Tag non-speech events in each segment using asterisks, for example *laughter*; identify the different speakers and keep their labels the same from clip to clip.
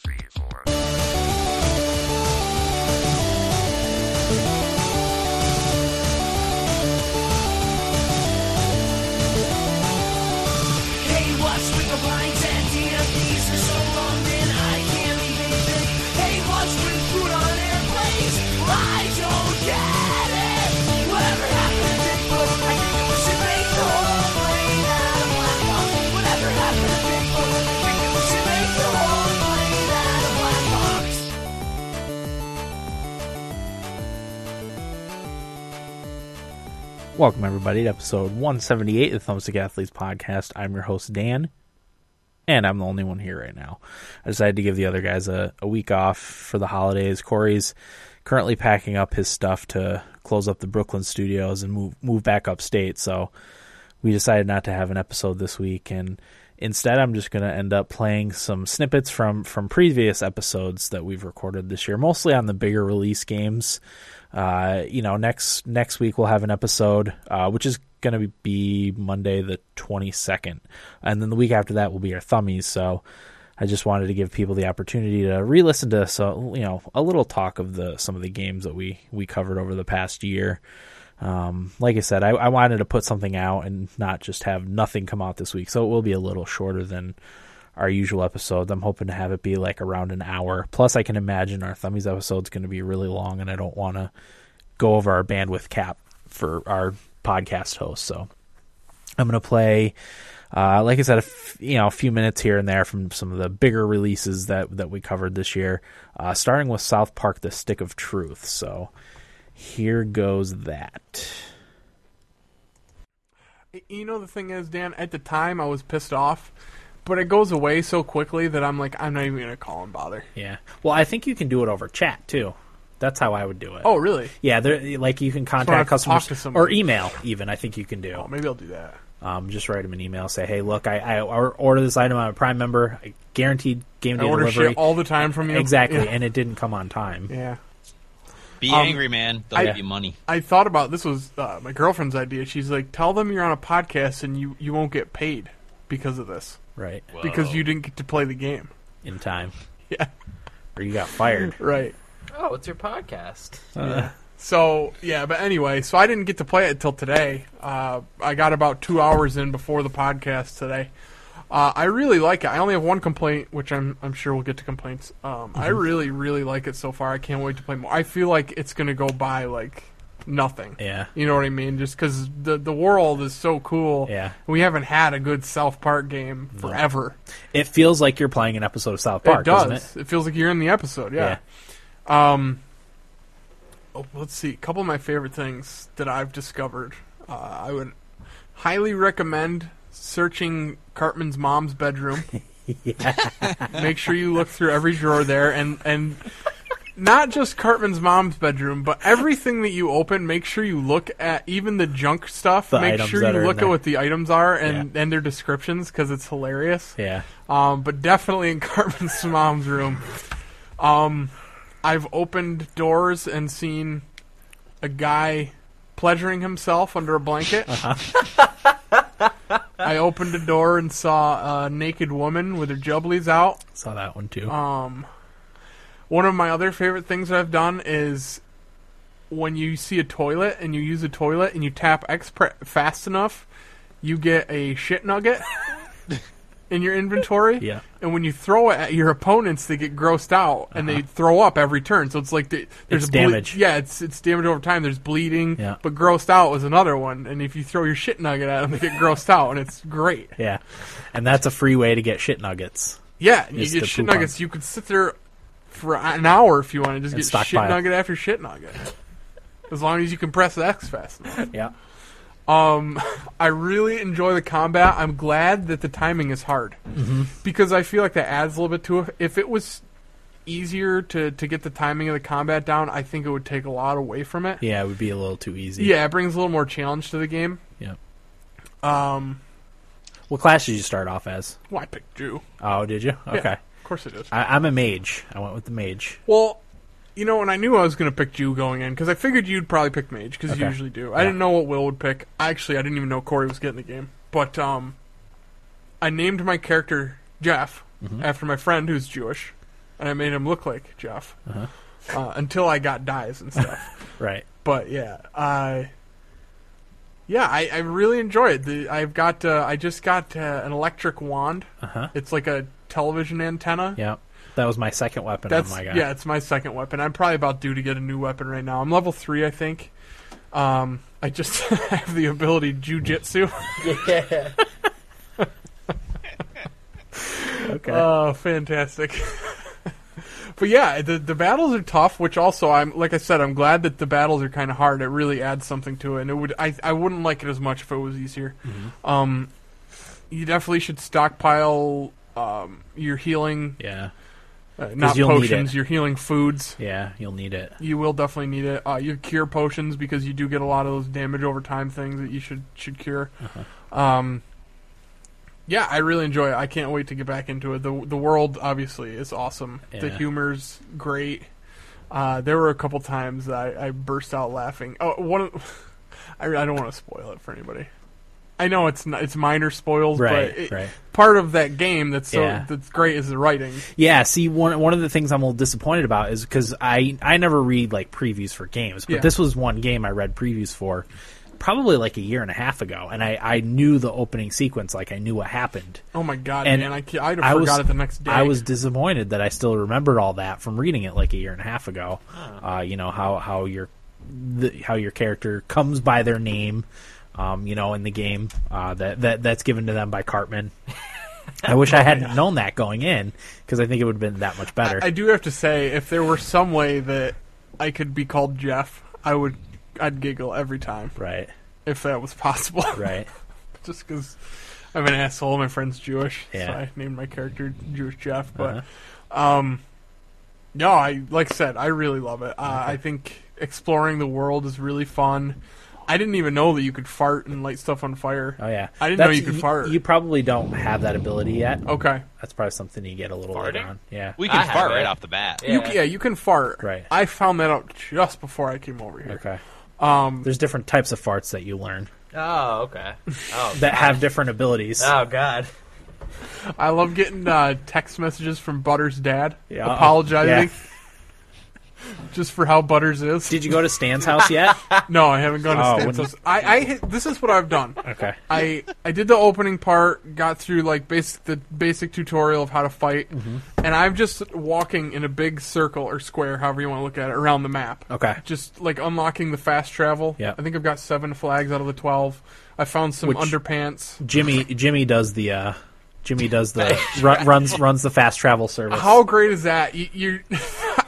Speaker 1: three, four.
Speaker 2: Hey, what's with the blinds and DMPs for so long that I can't even think? Hey, what's with food on airplanes? I don't get it. Whatever happened to Bigfoot? I think that we should make the whole plane out of black coffee. Whatever happened to Bigfoot? I think that we should make the whole plane out of black box.
Speaker 3: Welcome, everybody, to episode 178 of the Thumbstick Athletes podcast. I'm your host, Dan, and I'm the only one here right now. I decided to give the other guys a, a week off for the holidays. Corey's currently packing up his stuff to close up the Brooklyn studios and move, move back upstate, so we decided not to have an episode this week and instead i'm just going to end up playing some snippets from from previous episodes that we've recorded this year mostly on the bigger release games uh you know next next week we'll have an episode uh which is going to be monday the 22nd and then the week after that will be our thummies so i just wanted to give people the opportunity to re-listen to so you know a little talk of the some of the games that we we covered over the past year um, like I said, I, I wanted to put something out and not just have nothing come out this week, so it will be a little shorter than our usual episodes. I'm hoping to have it be like around an hour. Plus, I can imagine our Thummies episode's going to be really long, and I don't want to go over our bandwidth cap for our podcast host. So I'm going to play, uh, like I said, a f- you know, a few minutes here and there from some of the bigger releases that that we covered this year, uh, starting with South Park: The Stick of Truth. So here goes that.
Speaker 4: You know the thing is, Dan. At the time, I was pissed off, but it goes away so quickly that I'm like, I'm not even gonna call and bother.
Speaker 3: Yeah. Well, I think you can do it over chat too. That's how I would do it.
Speaker 4: Oh, really?
Speaker 3: yeah. There, like you can
Speaker 4: I have
Speaker 3: contact
Speaker 4: to
Speaker 3: customers
Speaker 4: talk to somebody.
Speaker 3: or email. Even I think you can do.
Speaker 4: Oh, maybe I'll do that.
Speaker 3: Um, just write them an email. Say, hey, look, I, I or- ordered this item. I'm a Prime member. I guaranteed game
Speaker 4: I
Speaker 3: day
Speaker 4: order
Speaker 3: delivery.
Speaker 4: shit all the time from you.
Speaker 3: exactly,
Speaker 4: Yeah.
Speaker 3: and it didn't come on time.
Speaker 4: yeah.
Speaker 5: Be
Speaker 4: Um,
Speaker 5: angry, man. They'll
Speaker 4: I-
Speaker 5: give you money.
Speaker 4: I thought about this was uh, my girlfriend's idea. She's like, tell them you're on a podcast and you you won't get paid because of this
Speaker 3: Right
Speaker 4: because
Speaker 5: Whoa.
Speaker 4: you didn't get to play the game.
Speaker 3: in time,
Speaker 4: Yeah.
Speaker 3: or you got fired.
Speaker 4: Right. Uh-huh.
Speaker 6: Oh, it's your podcast.
Speaker 4: So yeah, but anyway, so I didn't get to play it till today. Uh, I got about two hours in before the podcast today. Uh, I really like it. I only have one complaint, which I'm I'm sure we'll get to complaints. Um, I
Speaker 3: Mm-hmm.
Speaker 4: really really like it so far. I can't wait to play more. I feel like it's gonna go by like nothing.
Speaker 3: Yeah.
Speaker 4: You know what I mean? Just because the the world is so cool.
Speaker 3: Yeah.
Speaker 4: We haven't had a good South Park game forever.
Speaker 3: It feels like you're playing an episode of South Park,
Speaker 4: it does.
Speaker 3: doesn't it?
Speaker 4: feels like you're in the episode. yeah. Um, oh, let's see. A couple of my favorite things that I've discovered. Uh, I would highly recommend searching Cartman's
Speaker 3: *laughs*
Speaker 4: mom's bedroom. *laughs* Make sure you look through every drawer there, and and not just Cartman's mom's bedroom, but everything that you open. Make sure you look at even the junk stuff.
Speaker 3: The
Speaker 4: make
Speaker 3: items
Speaker 4: sure
Speaker 3: that are
Speaker 4: you
Speaker 3: in
Speaker 4: look
Speaker 3: there.
Speaker 4: at what the items are and and their descriptions because it's hilarious.
Speaker 3: Yeah.
Speaker 4: Um, but definitely in *laughs* Cartman's mom's room. Um, I've opened doors and seen a guy pleasuring himself under a blanket. *laughs* I opened a door and saw a naked woman with her jublies out.
Speaker 3: Saw that one too.
Speaker 4: Um, one of my other favorite things that I've done is when you see a toilet and you use a toilet and you tap X pre- fast enough, you get a shit
Speaker 3: *laughs*
Speaker 4: nugget in your inventory.
Speaker 3: Yeah.
Speaker 4: And when you throw it at your opponents, they get grossed out and they throw up every turn. So it's like the, there's
Speaker 3: Uh-huh. It's
Speaker 4: ble-
Speaker 3: damage.
Speaker 4: Yeah, it's it's damage over time. There's bleeding.
Speaker 3: Yeah.
Speaker 4: But grossed out was another one. And if you throw your shit nugget at them, they get grossed out, and it's great.
Speaker 3: yeah. And that's a free way to get shit nuggets.
Speaker 4: Yeah, and you
Speaker 3: Just
Speaker 4: get
Speaker 3: to
Speaker 4: shit
Speaker 3: poop on.
Speaker 4: nuggets. You could sit there for an hour if you want to just
Speaker 3: And
Speaker 4: get
Speaker 3: stockpile.
Speaker 4: shit nugget after shit nugget. As long as you can press X fast enough.
Speaker 3: Yeah.
Speaker 4: Um, I really enjoy the combat. I'm glad that the timing is hard
Speaker 3: Mm-hmm.
Speaker 4: because I feel like that adds a little bit to it. If it was easier to to get the timing of the combat down, I think it would take a lot away from it.
Speaker 3: Yeah, it would be a little too easy.
Speaker 4: Yeah, it brings a little more challenge to the game.
Speaker 3: Yeah.
Speaker 4: Um,
Speaker 3: What class did you start off as?
Speaker 4: well, I picked Drew.
Speaker 3: Oh, did you? Okay.
Speaker 4: Yeah, of course it is.
Speaker 3: I, I'm a mage. I went with the mage.
Speaker 4: Well, you know, and I knew I was going to pick you going in because I figured you'd probably pick Mage because
Speaker 3: Okay.
Speaker 4: you usually do. I didn't know what Will would pick. Actually, I didn't even know Corey was getting the game. But um, I named my character Jeff after my friend who's Jewish. and I made him look like Jeff uh, until I got dyes and stuff.
Speaker 3: Right.
Speaker 4: but yeah, I yeah, I, I really enjoy it. The, I've got uh, I just got uh, an electric wand.
Speaker 3: Uh huh.
Speaker 4: It's like a television antenna.
Speaker 3: Yeah. That was my second weapon
Speaker 4: That's
Speaker 3: on oh my guy.
Speaker 4: yeah, it's my second weapon. I'm probably about due to get a new weapon right now. I'm level three, I think. Um, I just *laughs* have the ability jujitsu.
Speaker 7: Yeah.
Speaker 3: *laughs* Okay.
Speaker 4: Oh, fantastic. *laughs* but yeah, the the battles are tough, which also I'm like I said, I'm glad that the battles are kind of hard. It really adds something to it, and it would I I wouldn't like it as much if it was easier.
Speaker 3: Mm-hmm.
Speaker 4: Um, you definitely should stockpile um your healing,
Speaker 3: yeah.
Speaker 4: uh, not
Speaker 3: you'll need
Speaker 4: potions,
Speaker 3: it.
Speaker 4: your healing foods.
Speaker 3: Yeah. You'll need it.
Speaker 4: You will definitely need it. Uh, your cure potions because you do get a lot of those damage over time things that you should should cure.
Speaker 3: Uh-huh.
Speaker 4: Um, yeah, I really enjoy it. I can't wait to get back into it. the The world obviously is awesome. The
Speaker 3: Yeah.
Speaker 4: humor's great. Uh, there were a couple times that I, I burst out laughing. Oh, one. Of, *laughs* I, I don't want to spoil it for anybody. I know it's not, it's minor spoils,
Speaker 3: Right.
Speaker 4: but it,
Speaker 3: right.
Speaker 4: part of that game that's so
Speaker 3: Yeah.
Speaker 4: that's great is the writing.
Speaker 3: Yeah, see, one one of the things I'm a little disappointed about is because I I never read like previews for games, but
Speaker 4: Yeah.
Speaker 3: this was one game I read previews for, probably like a year and a half ago, and I I knew the opening sequence, like I knew what happened.
Speaker 4: Oh my god,
Speaker 3: And
Speaker 4: man! I, ca- I'd have
Speaker 3: I was-
Speaker 4: forgot it the next day.
Speaker 3: I was disappointed that I still remembered all that from reading it like a year and a half ago. Uh, you know how how your the, how your character comes by their name, um, you know, in the game uh, that that that's given to them by
Speaker 4: *laughs*
Speaker 3: Cartman. I wish I hadn't known that going in because I think it would have been that much better.
Speaker 4: I do have to say, if there were some way that I could be called Jeff, I would. I'd giggle every time
Speaker 3: right,
Speaker 4: if that was possible. *laughs*
Speaker 3: right.
Speaker 4: Just because I'm an asshole, my friend's Jewish, so
Speaker 3: Yeah. Uh-huh.
Speaker 4: I named my character Jewish Jeff. But um, no, I like I said, I really love it. Uh, I think exploring the world is really fun. I didn't even know that you could fart and light stuff on fire.
Speaker 3: Oh yeah,
Speaker 4: *laughs* I didn't know you could
Speaker 3: y-
Speaker 4: fart.
Speaker 3: You probably don't have that ability yet.
Speaker 4: okay.
Speaker 3: That's probably something you get a little later
Speaker 7: Farting?
Speaker 3: on. Yeah.
Speaker 5: We
Speaker 7: I
Speaker 5: can
Speaker 7: have
Speaker 5: fart
Speaker 7: it.
Speaker 5: right off the bat.
Speaker 4: You, c- yeah, you can fart.
Speaker 3: Right.
Speaker 4: I found that out just before I came over here.
Speaker 3: Okay.
Speaker 4: Um,
Speaker 3: There's different types of farts that you learn
Speaker 7: Oh, okay. Oh,
Speaker 4: *laughs*
Speaker 3: that have different abilities.
Speaker 7: oh God.
Speaker 4: I love getting uh, text messages from Butter's dad
Speaker 3: Yeah.
Speaker 4: apologizing *laughs* just for how Butters is.
Speaker 3: Did you go to Stan's house yet?
Speaker 4: no, I haven't gone to
Speaker 3: Oh,
Speaker 4: Stan's
Speaker 3: when-
Speaker 4: house. I, I hit- this is what I've done.
Speaker 3: Okay.
Speaker 4: I I did the opening part, got through like basic the basic tutorial of how to fight,
Speaker 3: Mm-hmm.
Speaker 4: and I'm just walking in a big circle or square, however you want to look at it, around the map.
Speaker 3: Okay.
Speaker 4: Just like unlocking the fast travel.
Speaker 3: Yeah.
Speaker 4: I think I've got seven flags out of the twelve. I found some
Speaker 3: Which-
Speaker 4: underpants.
Speaker 3: Jimmy Jimmy does the uh Jimmy does
Speaker 4: *laughs*
Speaker 3: the ru- runs runs the fast travel service.
Speaker 4: How great is that? You, you *laughs*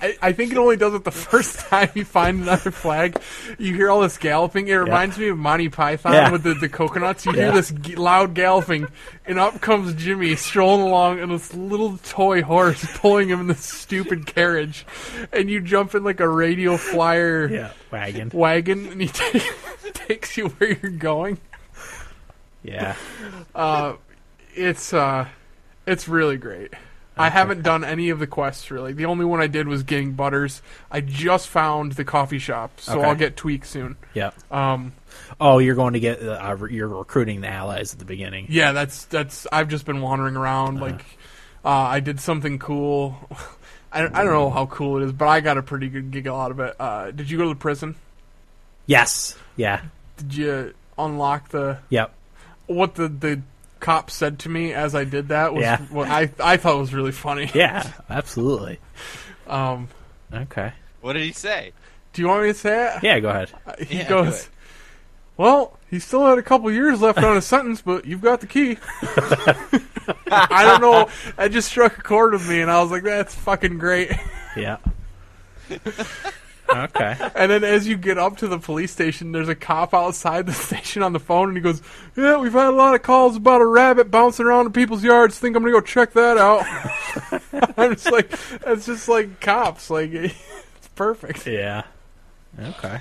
Speaker 4: I, I think it only does it the first *laughs* time you find another flag. You hear all this galloping. It reminds me of Monty Python
Speaker 3: Yeah.
Speaker 4: with the, the coconuts. You
Speaker 3: Yeah.
Speaker 4: hear this g- loud galloping, and up comes Jimmy strolling along in this little toy horse, *laughs* pulling him in this stupid carriage, and you jump in like a radio flyer
Speaker 3: yeah,
Speaker 4: *laughs*
Speaker 3: wagon.
Speaker 4: wagon, and he ta- takes you where you're going.
Speaker 3: Yeah.
Speaker 4: it's uh it's really great. I haven't done any of the quests really. The only one I did was getting butters. I just found the coffee shop, so
Speaker 3: Okay.
Speaker 4: I'll get tweaked soon.
Speaker 3: Yeah.
Speaker 4: Um,
Speaker 3: Oh, you're going to get uh, re- you're recruiting the allies at the beginning.
Speaker 4: yeah, that's that's. I've just been wandering around.
Speaker 3: Uh-huh.
Speaker 4: Like, uh, I did something cool. *laughs* I, I don't know how cool it is, but I got a pretty good giggle out of it. Uh, did you go to the prison?
Speaker 3: Yes. Yeah.
Speaker 4: Did you unlock the
Speaker 3: Yep.
Speaker 4: what the the cop said to me as I did that? Was
Speaker 3: Yeah.
Speaker 4: what I I thought was really funny.
Speaker 3: Yeah, absolutely.
Speaker 4: Um,
Speaker 3: Okay.
Speaker 5: What did he say?
Speaker 4: do you want me to say it?
Speaker 3: Yeah, go ahead.
Speaker 4: *laughs* he
Speaker 5: Yeah, do
Speaker 4: goes,
Speaker 5: it.
Speaker 4: "Well, he still had a couple years left on his sentence, but you've got the key." *laughs* I don't know. That just struck a chord with me, and I was like, "That's fucking great." *laughs*
Speaker 3: Yeah. okay.
Speaker 4: *laughs* And then as you get up to the police station, there's a cop outside the *laughs* station on the phone, and he goes, "Yeah, we've had a lot of calls about a rabbit bouncing around in people's yards. Think I'm gonna go check that out." *laughs* I'm just like, that's just like cops. Like, *laughs* it's perfect.
Speaker 3: Yeah. Okay.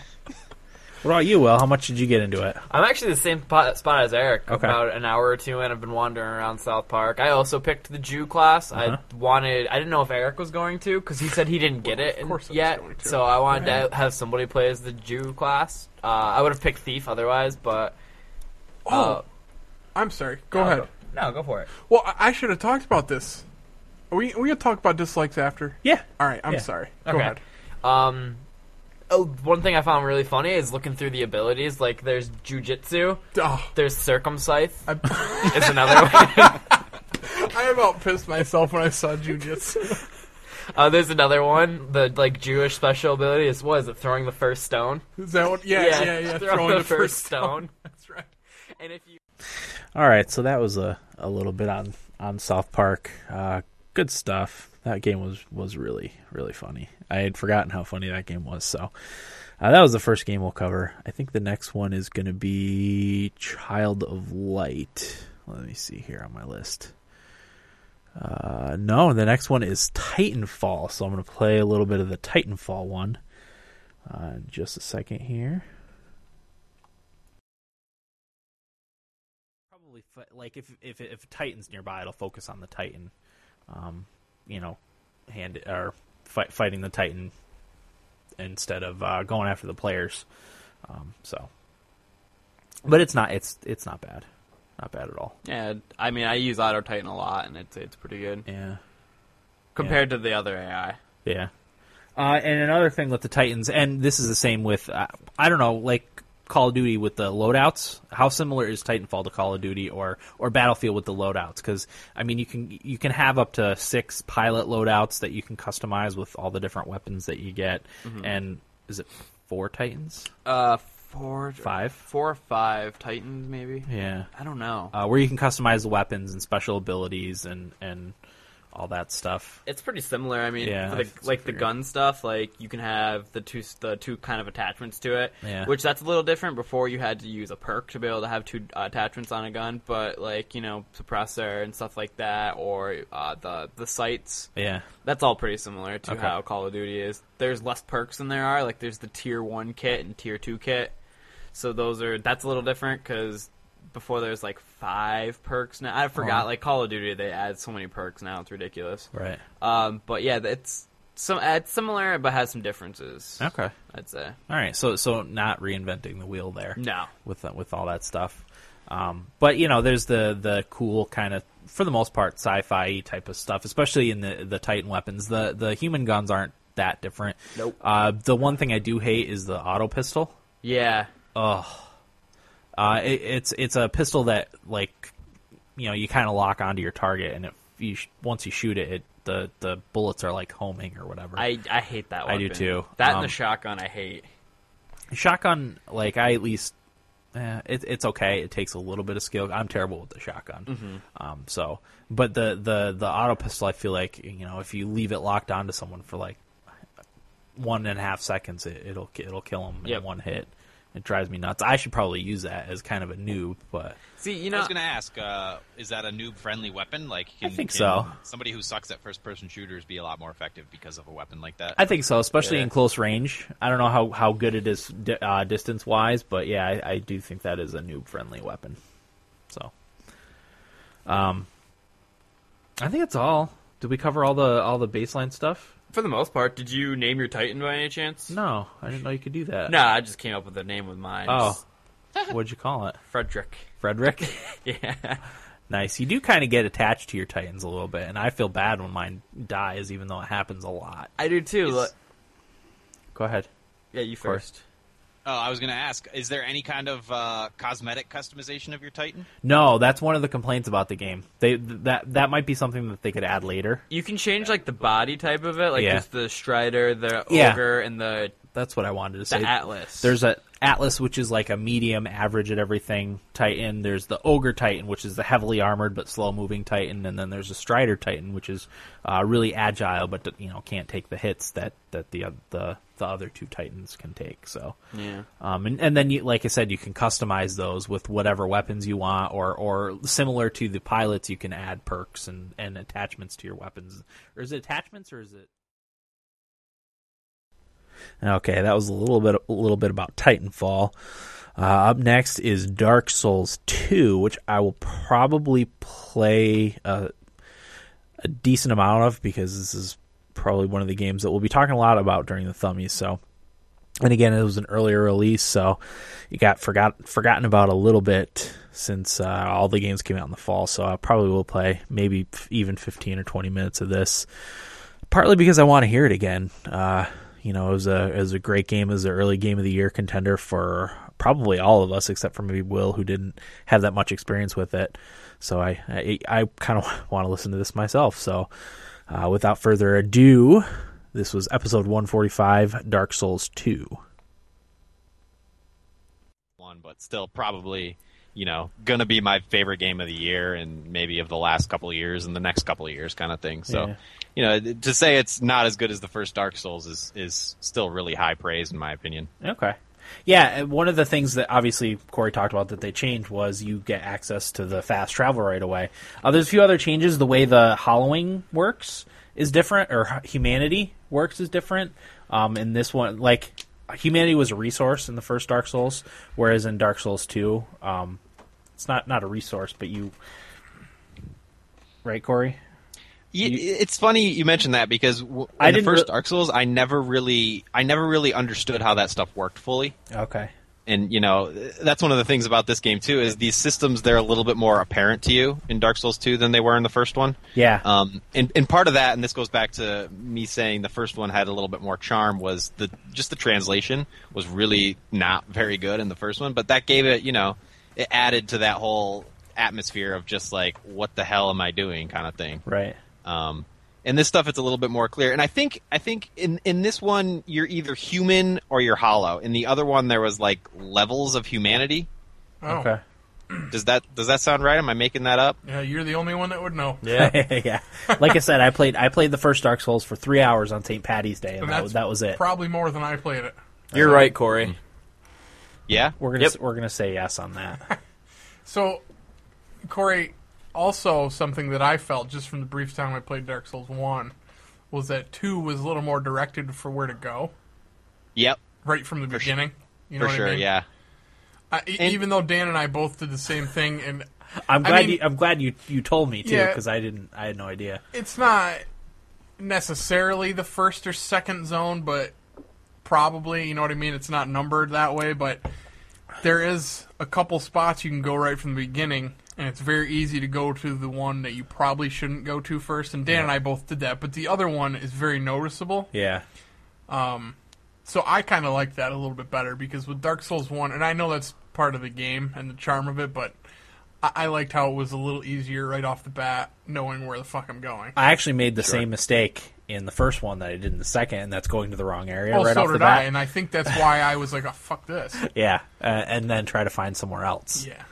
Speaker 3: What about you, Will? How much did you get into it?
Speaker 7: I'm actually the same pot, spot as Eric.
Speaker 3: Okay.
Speaker 7: About an hour or two in, I've been wandering around South Park. I also picked the Jew class.
Speaker 4: Uh-huh.
Speaker 7: I wanted. I didn't know if Eric was going to because he said he didn't get it
Speaker 4: of course I was
Speaker 7: yet.
Speaker 4: going to.
Speaker 7: So I wanted to have somebody play as the Jew class. Uh, I would have picked Thief otherwise, but
Speaker 4: Oh,
Speaker 7: uh,
Speaker 4: I'm sorry. Go
Speaker 7: no,
Speaker 4: ahead.
Speaker 7: No, go for it.
Speaker 4: Well, I I should have talked about this Are we we gonna talk about dislikes after?
Speaker 3: Yeah.
Speaker 4: All right. I'm
Speaker 3: Yeah.
Speaker 4: sorry. Go
Speaker 8: Okay.
Speaker 4: ahead.
Speaker 8: Um, oh, one thing I found really funny is looking through the abilities. Like, there's jujitsu,
Speaker 4: Oh,
Speaker 8: there's circumscythe.
Speaker 4: I, *laughs*
Speaker 8: Is
Speaker 7: *laughs*
Speaker 8: another one.
Speaker 4: I about pissed myself when I saw jujitsu.
Speaker 8: Uh, there's another one. The like Jewish special ability is what is it? Throwing the first stone.
Speaker 4: Is that what? Yeah, yeah,
Speaker 8: *laughs*
Speaker 4: yeah.
Speaker 8: Throwing, the, first stone.
Speaker 4: That's right.
Speaker 8: *laughs* And if you
Speaker 3: All right, so that was a, a little bit on on South Park. Uh, good stuff. That game was was really really funny. I had forgotten how funny that game was. So uh, that was the first game we'll cover. I think the next one is going to be Child of Light. Let me see here on my list. Uh, no, the next one is Titanfall. So I'm going to play a little bit of the Titanfall one. Uh, in just a second here. probably fo- like if if if Titan's nearby, it'll focus on the Titan. Um, you know, hand or fight, fighting the Titan instead of uh, going after the players. Um, so, but it's not it's it's not bad, not bad at all.
Speaker 7: Yeah, I mean, I use Auto Titan a lot, and it's it's pretty good
Speaker 3: Yeah.
Speaker 7: compared to the other AI.
Speaker 3: Yeah. Uh, and another thing with the Titans, and this is the same with, uh, I don't know, like Call of Duty with the loadouts. How similar is Titanfall to Call of Duty or or Battlefield with the loadouts? Because I mean, you can you can have up to six pilot loadouts that you can customize with all the different weapons that you get. And is it four Titans?
Speaker 7: Uh, four,
Speaker 3: Five?
Speaker 7: four or five Titans, maybe.
Speaker 3: Yeah.
Speaker 7: I don't know.
Speaker 3: Uh, where you can customize the weapons and special abilities and and all that stuff.
Speaker 7: it's pretty similar. I mean,
Speaker 3: Yeah,
Speaker 7: for the,
Speaker 3: it's
Speaker 7: like the
Speaker 3: weird.
Speaker 7: gun stuff, like you can have the two the two kind of attachments to it,
Speaker 3: Yeah.
Speaker 7: which that's a little different. Before you had to use a perk to be able to have two uh, attachments on a gun, but like you know suppressor and stuff like that, or uh, the the sights.
Speaker 3: Yeah.
Speaker 7: That's all pretty similar to
Speaker 3: Okay.
Speaker 7: how Call of Duty is. There's less perks than there are. Like there's the tier one kit and tier two kit. So those are that's a little different because before there's like five perks now. I forgot
Speaker 3: Uh-huh.
Speaker 7: like Call of Duty they add so many perks now it's ridiculous.
Speaker 3: Right.
Speaker 7: Um, but yeah, it's some uh, it's similar but has some differences.
Speaker 3: Okay.
Speaker 7: I'd say
Speaker 3: All right. So so not reinventing the wheel there.
Speaker 7: no.
Speaker 3: with uh, with all that stuff. Um, but you know, there's the the cool kind of, for the most part, sci-fi type of stuff, especially in the the Titan weapons. The the human guns aren't that different.
Speaker 7: Nope.
Speaker 3: Uh, the one thing I do hate is the auto pistol.
Speaker 7: Yeah,
Speaker 3: Uh, it, it's it's a pistol that like, you know, you kind of lock onto your target, and it, you sh- once you shoot it, it the the bullets are like homing or whatever.
Speaker 7: I I hate that.
Speaker 3: I
Speaker 7: Weapon.
Speaker 3: do too.
Speaker 7: That
Speaker 3: Um,
Speaker 7: and the shotgun I hate.
Speaker 3: shotgun like i at least eh, it, it's okay it takes a little bit of skill i'm terrible with the shotgun um, so but the the the auto pistol i feel like you know if you leave it locked onto someone for like one and a half seconds it, it'll it'll kill them
Speaker 7: Yep.
Speaker 3: in one hit it drives me nuts i should probably use that as kind of a noob but
Speaker 7: See, you
Speaker 5: I
Speaker 7: know,
Speaker 5: was gonna ask, uh, is that a noob friendly weapon? Like, can,
Speaker 3: think
Speaker 5: can
Speaker 3: so.
Speaker 5: Somebody who sucks at first person shooters be a lot more effective because of a weapon like that.
Speaker 3: i think so especially
Speaker 7: Yeah.
Speaker 3: in close range i don't know how how good it is di- uh, distance wise but yeah I, I do think that is a noob friendly weapon so um i think it's all did we cover all the all the baseline stuff
Speaker 7: for the most part, did you name your Titan by any chance?
Speaker 3: no i didn't know you could do that
Speaker 7: No, I just came up with a name with mine.
Speaker 3: oh *laughs* what'd you call it
Speaker 7: Frederick. *laughs*
Speaker 3: frederick *laughs*
Speaker 7: Yeah.
Speaker 3: nice you do kind of get attached to your titans a little bit and i feel bad when mine dies even though it happens a lot
Speaker 7: I do too. Look.
Speaker 3: go ahead
Speaker 7: Yeah, you
Speaker 3: course.
Speaker 7: first.
Speaker 5: Oh, I was gonna ask, is there any kind of uh, cosmetic customization of your Titan?
Speaker 3: no that's one of the complaints about the game they th- that that might be something that they could add later
Speaker 7: You can change like the body type of it, like
Speaker 3: Yeah.
Speaker 7: just the Strider, the
Speaker 3: Yeah.
Speaker 7: Ogre, and the
Speaker 3: That's what I wanted to
Speaker 7: the
Speaker 3: say.
Speaker 7: Atlas.
Speaker 3: There's a Atlas, which is like a medium, average at everything Titan. There's the Ogre Titan, which is the heavily armored but slow moving Titan, and then there's a Strider Titan, which is uh, really agile but you know can't take the hits that that the oth- the the other two Titans can take. So
Speaker 7: yeah.
Speaker 3: um, and, and then, you, like I said, you can customize those with whatever weapons you want, or, or similar to the pilots, you can add perks and, and attachments to your weapons. Or is it attachments, or is it? Okay, that was a little bit a little bit about Titanfall. Uh, up next is Dark Souls Two, which I will probably play uh, a decent amount of because this is probably one of the games that we'll be talking a lot about during the thummies. So And again, it was an earlier release, so it got forgot forgotten about a little bit since uh, all the games came out in the fall. So I probably will play maybe f- even 15 or 20 minutes of this, partly because I want to hear it again. Uh, you know, it was a it was a great game, it was an early game of the year contender for probably all of us, except for maybe Will, who didn't have that much experience with it. So I I, I kind *laughs* of want to listen to this myself. So uh, without further ado, this was episode 145, Dark Souls 2.
Speaker 5: one, but still probably you know gonna be my favorite game of the year and maybe of the last couple of years and the next couple of years kind of thing. So
Speaker 3: Yeah.
Speaker 5: you know th- to say it's not as good as the first Dark Souls is is still really high praise in my opinion.
Speaker 3: Okay. Yeah, and one of the things that obviously Corey talked about that they changed was you get access to the fast travel right away. Uh, there's a few other changes. The way the hollowing works is different, or hu- humanity works is different. Um, in this one, like humanity was a resource in the first Dark Souls, whereas in Dark Souls Two, um, it's not not a resource, but you. Right, Corey.
Speaker 5: Y it's funny you mentioned that because w- in
Speaker 3: I
Speaker 5: the
Speaker 3: didn't
Speaker 5: first
Speaker 3: re-
Speaker 5: Dark Souls, I never really, I never really understood how that stuff worked fully.
Speaker 3: Okay.
Speaker 5: and you know that's one of the things about this game too is these systems they're a little bit more apparent to you in Dark Souls 2 than they were in the first one.
Speaker 3: Yeah.
Speaker 5: Um, and and part of that, and this goes back to me saying the first one had a little bit more charm was the just the translation was really not very good in the first one, but that gave it you know it added to that whole atmosphere of just like what the hell am I doing kind of thing.
Speaker 3: Right.
Speaker 5: Um, and this stuff, it's a little bit more clear. And I think, I think in in this one, you're either human or you're hollow. In the other one, there was like levels of humanity.
Speaker 4: Oh,
Speaker 3: Okay.
Speaker 5: Does that does that sound right? Am I making that up?
Speaker 4: yeah, you're the only one that would know.
Speaker 3: *laughs*
Speaker 9: Yeah.
Speaker 3: yeah. Like I said, I played I played the first Dark Souls for three hours on St. Patty's Day, and,
Speaker 4: And
Speaker 3: that,
Speaker 4: that's
Speaker 3: that was it.
Speaker 4: Probably more than I played it.
Speaker 7: You're right, Corey.
Speaker 5: Yeah.
Speaker 3: we're gonna
Speaker 7: Yep.
Speaker 3: we're gonna say yes on that.
Speaker 4: So, Corey, also something that I felt just from the brief time I played Dark Souls 1 was that 2 was a little more directed for where to go
Speaker 5: Yep.
Speaker 4: right from the beginning. you know
Speaker 5: for
Speaker 4: what
Speaker 5: sure.
Speaker 4: I mean?
Speaker 5: Yeah.
Speaker 4: I e
Speaker 5: And-
Speaker 4: even though Dan and I both did the same thing, and
Speaker 3: I'm
Speaker 4: *laughs* I
Speaker 3: glad
Speaker 4: mean-
Speaker 3: you, I'm glad you you told me too
Speaker 4: Yeah.
Speaker 3: because I didn't I had no idea.
Speaker 4: it's not necessarily the first or second zone, but probably, you know what I mean? It's not numbered that way, but there is a couple spots you can go right from the beginning, and it's very easy to go to the one that you probably shouldn't go to first. And Dan and I both did that, but the other one is very noticeable.
Speaker 3: Yeah.
Speaker 4: So I kind of like that a little bit better because with Dark Souls 1, and I know that's part of the game and the charm of it, but I, I liked how it was a little easier right off the bat knowing where the fuck I'm going.
Speaker 3: I actually made the same mistake in the first one that I did in the second, and that's going to the wrong area
Speaker 4: Well,
Speaker 3: right
Speaker 4: so
Speaker 3: off the
Speaker 4: did
Speaker 3: bat.
Speaker 4: I, and I think that's why I was like, oh, fuck
Speaker 3: *laughs*
Speaker 4: this.
Speaker 3: yeah, uh, and then try to find somewhere else.
Speaker 4: Yeah.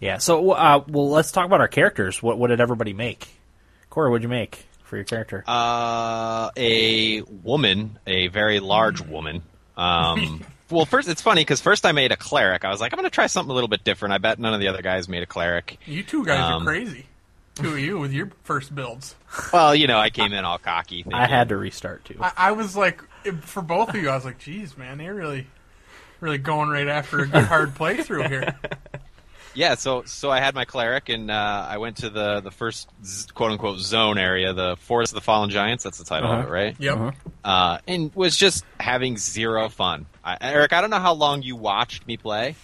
Speaker 3: Yeah. So uh, well, let's talk about our characters. What what did everybody make? Corey, what'd you make for your character?
Speaker 5: Uh, a woman, a very large woman.
Speaker 4: *laughs*
Speaker 5: Um, well, first it's funny because first I made a cleric. I was like, I'm gonna try something a little bit different. I bet none of the other guys made a cleric.
Speaker 4: You two guys
Speaker 5: Um,
Speaker 4: are crazy.
Speaker 3: *laughs*
Speaker 4: Two of you with your first builds.
Speaker 5: Well, you know, I came in all cocky.
Speaker 3: I had to restart too.
Speaker 4: I, I was like, if- for both of you, I was like, geez, man, they're really, really going right after a good hard
Speaker 3: *laughs*
Speaker 4: playthrough here.
Speaker 5: Yeah, so so I had my cleric, and uh, I went to the the first z- quote unquote zone area, the Forest of the Fallen Giants. That's the title of it, right?
Speaker 4: Yep.
Speaker 3: Uh-huh.
Speaker 5: Uh, and was just having zero fun. I, Eric, I don't know how long you watched me play.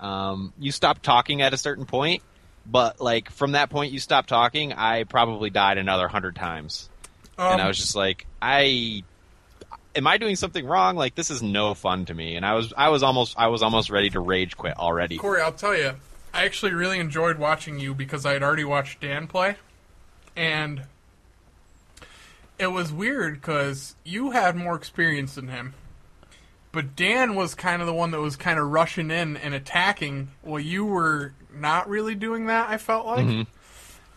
Speaker 5: Um, you stopped talking at a certain point, but like from that point you stopped talking, I probably died another hundred times, and I was just like, I am I doing something wrong? Like this is no fun to me, and I was I was almost I was almost ready to rage quit already.
Speaker 4: Corey, I'll tell you, I actually really enjoyed watching you because I had already watched Dan play, and it was weird because you had more experience than him. But Dan was kind of the one that was kind of rushing in and attacking. Well, you were not really doing that. I felt like,
Speaker 5: Mm-hmm.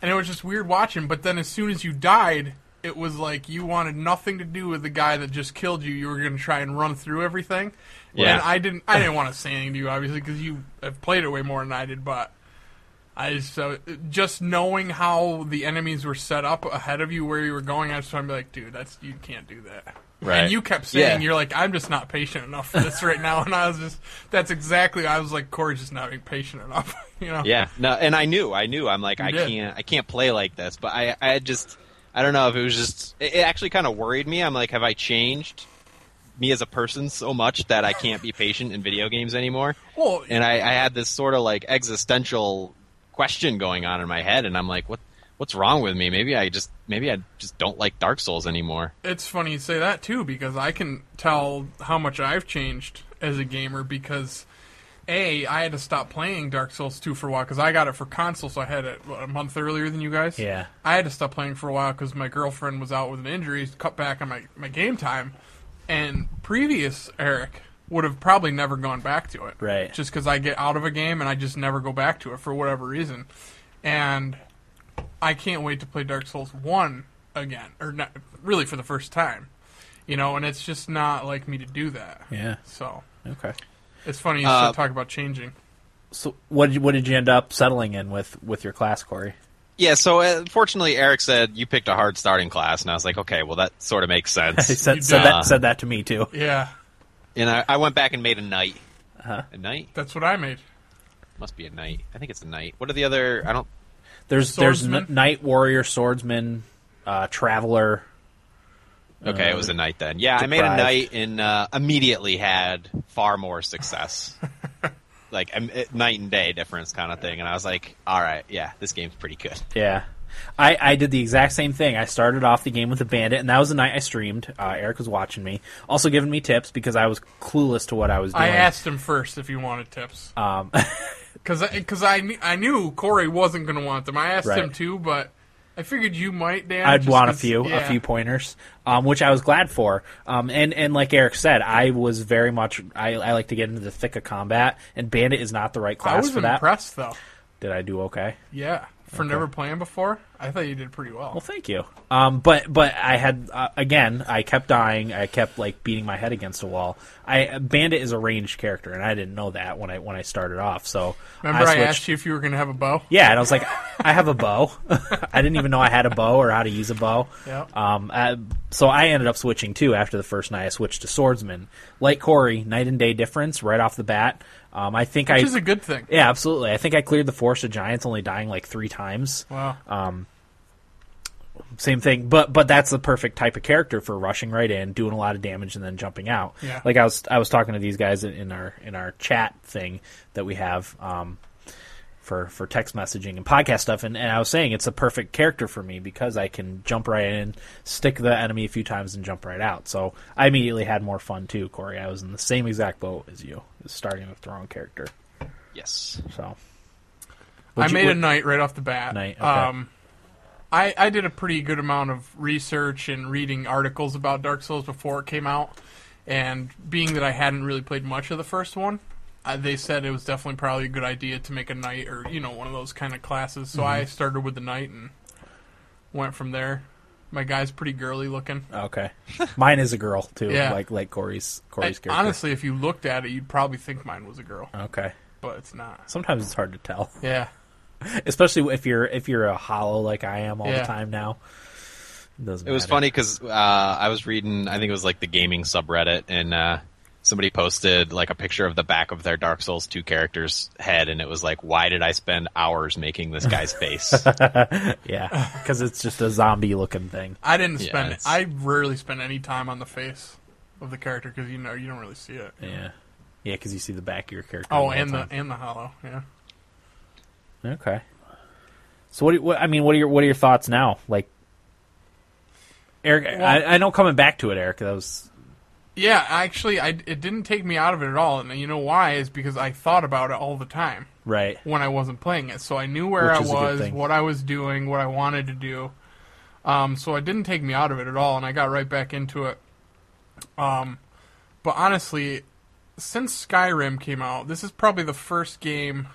Speaker 4: and it was just weird watching. But then, as soon as you died, it was like you wanted nothing to do with the guy that just killed you. You were going to try and run through everything.
Speaker 5: Yeah.
Speaker 4: And I didn't. I didn't want to say anything to you, obviously, because you have played it way more than I did. But I just uh, just knowing how the enemies were set up ahead of you, where you were going, I was trying to be like, dude, that's you can't do that.
Speaker 5: Right.
Speaker 4: And you kept saying
Speaker 5: Yeah.
Speaker 4: you're like, I'm just not patient enough for this right now, and I was just that's exactly I was like, Corey's just not being patient enough, *laughs* you know?
Speaker 5: Yeah. *laughs* No, and I knew, I knew. I'm like, I
Speaker 4: did.
Speaker 5: can't, I can't play like this. But I, I had just, I don't know if it was just. It, it actually kind of worried me. I'm like, have I changed me as a person so much that I can't be patient in video games anymore.
Speaker 4: Well,
Speaker 5: And I, I had this sort of like existential question going on in my head, and I'm like, what what's wrong with me? Maybe I just maybe I just don't like Dark Souls anymore.
Speaker 4: it's funny you say that too because I can tell how much I've changed as a gamer because a I had to stop playing Dark Souls 2 for a while because I got it for console, so I had it what, a month earlier than you guys.
Speaker 3: Yeah.
Speaker 4: I had to stop playing for a while because my girlfriend was out with an injury, cut back on my my game time, and previous Eric would have probably never gone back to it.
Speaker 3: Right.
Speaker 4: Just because I get out of a game and I just never go back to it for whatever reason, and I can't wait to play Dark Souls one again, or not really for the first time, you know. And it's just not like me to do that.
Speaker 3: Yeah.
Speaker 4: So
Speaker 3: Okay.
Speaker 4: it's funny you
Speaker 5: Uh,
Speaker 4: talk about changing.
Speaker 3: So what did you, what did you end up settling in with with your class, Corey?
Speaker 5: Yeah, so uh, fortunately, Eric said you picked a hard starting class, and I was like, okay, well that sort of
Speaker 3: *laughs*
Speaker 5: makes
Speaker 3: He
Speaker 5: sense.
Speaker 3: said, said
Speaker 5: did.
Speaker 3: that said that to me too.
Speaker 4: Yeah,
Speaker 5: and I, I went back and made a knight. A knight
Speaker 4: that's what I made.
Speaker 5: must be a knight. I think it's a knight. What are the other? I don't.
Speaker 3: There's there's
Speaker 4: Swordsman?
Speaker 3: n- knight warrior swordsman, uh, traveler.
Speaker 5: Okay, it was a knight then. Yeah, I made a
Speaker 3: deprived.
Speaker 5: knight and uh, immediately had far more success. like um, it- night and day difference kind of thing. And I was like, all right, yeah, this game's pretty good.
Speaker 3: Yeah. I, I did the exact same thing. I started off the game with a bandit, and that was the night I streamed. Uh, Eric was watching me, also giving me tips because I was clueless to what I was doing.
Speaker 4: I asked him first if he wanted tips.
Speaker 3: Um, *laughs*
Speaker 4: Because I, 'cause I, kn- I knew Corey wasn't going to want them. I asked
Speaker 3: Right.
Speaker 4: him to, but I figured you might, Dan.
Speaker 3: I'd
Speaker 4: just
Speaker 3: want a
Speaker 4: 'cause-
Speaker 3: few,
Speaker 4: yeah.
Speaker 3: a few pointers, um, which I was glad for. Um, and and like Eric said, I was very much. I, I like to get into the thick of combat, and bandit is not the right
Speaker 4: I
Speaker 3: class
Speaker 4: was
Speaker 3: for that.
Speaker 4: impressed, though.
Speaker 3: Did I do okay?
Speaker 4: Yeah. For never playing before, I thought you did pretty well.
Speaker 3: Well, thank you. Um, but but I had uh, again. I kept dying. I kept like beating my head against a wall. I Bandit is a ranged character, and I didn't know that when I when I started off. So
Speaker 4: Remember, I,
Speaker 3: switched-
Speaker 4: asked you if you were going to have a bow?
Speaker 3: Yeah, and I was like, I have a bow. *laughs* I didn't even know I had a bow or how to use a bow.
Speaker 4: Yep.
Speaker 3: Um, I- so I ended up switching too after the first night. I switched to swordsman, like Corey, night and day difference right off the bat. Um, I think
Speaker 4: Which
Speaker 3: I
Speaker 4: is a good thing.
Speaker 3: yeah, absolutely. I think I cleared the forest of giants, only dying like three times
Speaker 4: Wow.
Speaker 3: same thing but but that's the perfect type of character for rushing right in doing a lot of damage and then jumping out
Speaker 4: Yeah.
Speaker 3: like i was i was talking to these guys in, in our in our chat thing that we have um for for text messaging and podcast stuff and, and i was saying it's a perfect character for me because i can jump right in stick the enemy a few times and jump right out so i immediately had more fun too corey i was in the same exact boat as you starting with the wrong character
Speaker 5: Yes.
Speaker 3: so
Speaker 4: I
Speaker 3: you-
Speaker 4: made a
Speaker 3: would-
Speaker 4: knight right off the bat.
Speaker 3: Knight, okay.
Speaker 4: Um, I, I did a pretty good amount of research and reading articles about Dark Souls before it came out, and being that I hadn't really played much of the first one, I, they said it was definitely probably a good idea to make a knight or you know one of those kind of classes. So
Speaker 3: Mm-hmm.
Speaker 4: I started with the knight and went from there. My guy's pretty girly looking.
Speaker 3: okay mine is a girl too
Speaker 4: *laughs* Yeah.
Speaker 3: like like corey's corey's
Speaker 4: I-
Speaker 3: character
Speaker 4: honestly, if you looked at it, you'd probably think mine was a girl,
Speaker 3: okay
Speaker 4: but it's not.
Speaker 3: sometimes it's hard to tell *laughs*
Speaker 4: Yeah.
Speaker 3: especially if you're if you're a hollow like I am all
Speaker 4: Yeah.
Speaker 3: the time now. It doesn't.
Speaker 5: It was
Speaker 3: matter.
Speaker 5: funny because uh, I was reading, I think it was like the gaming subreddit, and uh, somebody posted like a picture of the back of their Dark Souls 2 character's head, and it was like, why did I spend hours making this guy's face?
Speaker 3: Yeah,
Speaker 4: *laughs*
Speaker 3: because it's just a zombie looking thing.
Speaker 4: I didn't
Speaker 5: Yeah,
Speaker 4: spend.
Speaker 5: it's-
Speaker 4: I rarely spend any time on the face of the character because you know you don't really see it.
Speaker 3: Yeah, yeah, because you see the back of your character. all
Speaker 4: Oh, and the
Speaker 3: time.
Speaker 4: and the hollow. Yeah.
Speaker 3: okay. So what, do you- what? I mean, what are your what are your thoughts now? Like, Eric, I, I know coming back to it, Eric. That was
Speaker 4: Yeah, actually, I, it didn't take me out of it at all, and you know why? Is because I thought about it all the time
Speaker 3: right.
Speaker 4: when I wasn't playing it, so I knew where
Speaker 3: Which
Speaker 4: I
Speaker 3: is a good
Speaker 4: was,
Speaker 3: thing.
Speaker 4: what I was doing, what I wanted to do. Um, so it didn't take me out of it at all, and I got right back into it. Um, but honestly, since Skyrim came out, this is probably the first game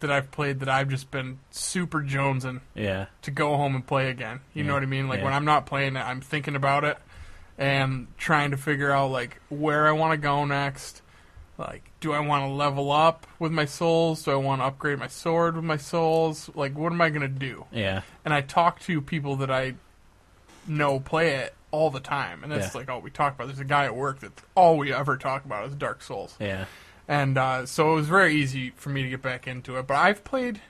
Speaker 4: that I've played that I've just been super jonesing
Speaker 3: Yeah,
Speaker 4: to go home and play again. You know what I mean? Like
Speaker 3: yeah.
Speaker 4: when I'm not playing it, I'm thinking about it and trying to figure out like where I want to go next. Like, do I want to level up with my souls? Do I want to upgrade my sword with my souls? Like, what am I gonna do?
Speaker 3: yeah,
Speaker 4: And I talk to people that I know play it all the time, and that's
Speaker 3: Yeah.
Speaker 4: like all we talk about. There's a guy at work that's all we ever talk about is Dark Souls.
Speaker 3: yeah.
Speaker 4: And uh, so it was very easy for me to get back into it. But I've played.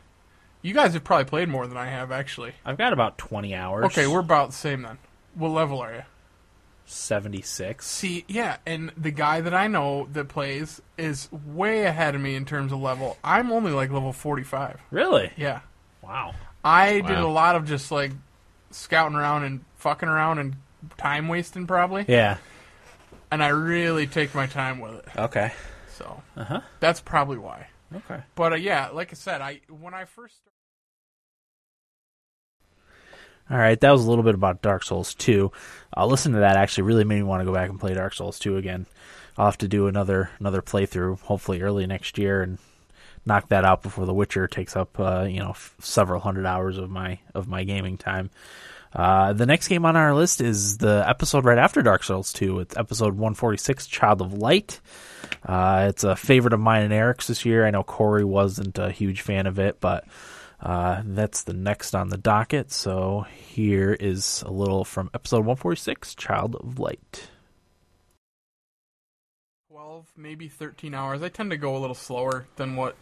Speaker 4: You guys have probably played more than I have, actually.
Speaker 3: I've got about twenty hours.
Speaker 4: Okay, we're about the same then. What level are you?
Speaker 3: 76.
Speaker 4: See, yeah, and the guy that I know that plays is way ahead of me in terms of level. I'm only like level 45.
Speaker 3: Really?
Speaker 4: Yeah.
Speaker 3: Wow.
Speaker 4: I did
Speaker 5: Wow.
Speaker 4: a lot of just like scouting around and fucking around and time wasting probably.
Speaker 3: Yeah.
Speaker 4: And I really take my time with it.
Speaker 3: Okay.
Speaker 4: So
Speaker 3: Uh-huh.
Speaker 4: that's probably why.
Speaker 3: Okay.
Speaker 4: But uh, yeah, like I said, I when I first
Speaker 3: All right, that was a little bit about Dark Souls 2. Uh, listen to that actually really made me want to go back and play Dark Souls 2 again. I'll have to do another another playthrough, hopefully early next year, and knock that out before The Witcher takes up uh, you know f- several hundred hours of my of my gaming time. Uh, the next game on our list is the episode right after Dark Souls 2. It's episode 146, Child of Light. Uh, it's a favorite of mine and Eric's this year. I know Corey wasn't a huge fan of it, but uh, that's the next on the docket. So here is a little from episode 146, Child of Light.
Speaker 4: 12, maybe 13 hours. I tend to go a little slower than what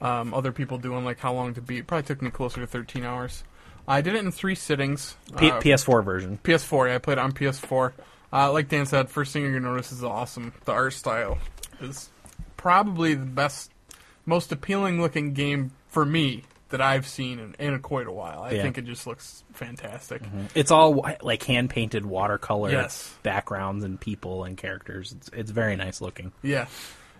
Speaker 4: um, other people do and like how long to beat. Probably took me closer to 13 hours. I did it in three sittings.
Speaker 3: P-
Speaker 4: Uh,
Speaker 3: PS4 version.
Speaker 4: PS4. Yeah, I played it on PS4. Uh, like Dan said, first thing you're gonna notice is awesome. The art style is probably the best, most appealing looking game for me that I've seen in, in quite a while. I
Speaker 3: Yeah. Mm-hmm.
Speaker 4: think it just looks fantastic.
Speaker 3: It's all wi- like hand painted watercolor
Speaker 4: Yes.
Speaker 3: backgrounds and people and characters. It's, it's very nice looking.
Speaker 4: Yeah.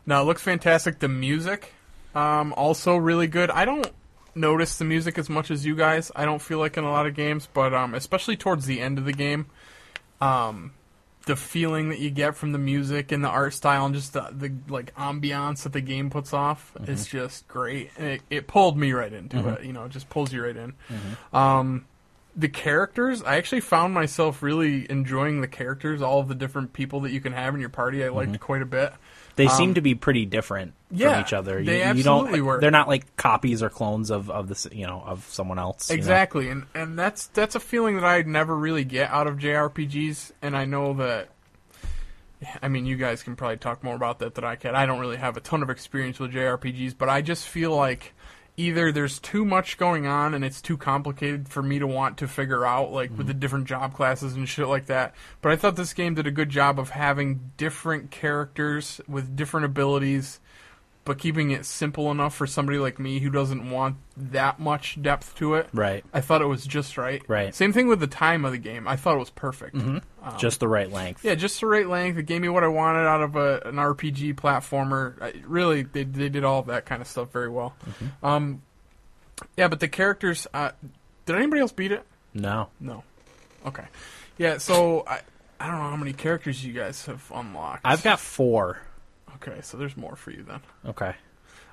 Speaker 4: No, it looks fantastic. The music, um, also really good. I don't notice the music as much as you guys. I don't feel like in a lot of games, but um, especially towards the end of the game, um, the feeling that you get from the music and the art style and just the, the like ambiance that the game puts off is just great. And it, it pulled me right into it. You know, it just pulls you right in. Um, the characters, I actually found myself really enjoying the characters, all of the different people that you can have in your party. I liked quite a bit.
Speaker 3: They seem to be pretty different
Speaker 4: Um, yeah,
Speaker 3: from each other.
Speaker 4: they
Speaker 3: you don't,
Speaker 4: absolutely were.
Speaker 3: They're not like copies or clones of, of this, you know, of someone else. you know?
Speaker 4: Exactly, and and that's that's a feeling that I never really get out of JRPGs, and I know that. I mean, you guys can probably talk more about that than I can. I don't really have a ton of experience with JRPGs, but I just feel like either there's too much going on and it's too complicated for me to want to figure out, like with the
Speaker 3: Mm-hmm.
Speaker 4: different job classes and shit like that. But I thought this game did a good job of having different characters with different abilities but keeping it simple enough for somebody like me who doesn't want that much depth to it.
Speaker 3: Right.
Speaker 4: I thought it was just right.
Speaker 3: Right. Mm-hmm.
Speaker 4: Same thing with the time of the game. I thought it was perfect.
Speaker 3: Just the right length.
Speaker 4: um, Yeah, just the right length. It gave me what I wanted out of a, an RPG platformer. I, really, they, they did all of that kind of stuff very well.
Speaker 3: Mm-hmm.
Speaker 4: Um, yeah, but the characters. Uh, did anybody else beat it?
Speaker 3: No.
Speaker 4: No. Okay. Yeah. So I, I don't know how many characters you guys have unlocked.
Speaker 3: I've got four.
Speaker 4: Okay, so there's more for you then.
Speaker 3: Okay.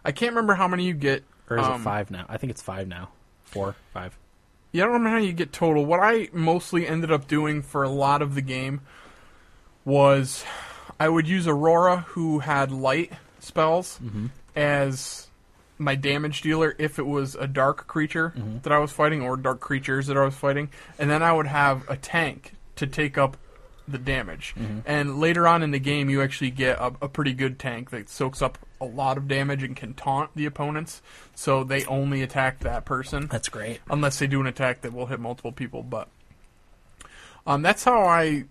Speaker 4: I can't remember how many you get.
Speaker 3: Or is it
Speaker 4: um,
Speaker 3: five now? I think it's five now. Four, five.
Speaker 4: Yeah, I don't remember how you get total. What I mostly ended up doing for a lot of the game was I would use Aurora, who had light spells, as my damage dealer if it was a dark creature that I was fighting or dark creatures that I was fighting. And then I would have a tank to take up the damage. And later on in the game, you actually get a, a pretty good tank that soaks up a lot of damage and can taunt the opponents, so they only attack that person
Speaker 3: That's great.
Speaker 4: unless they do an attack that will hit multiple people. But um, that's how I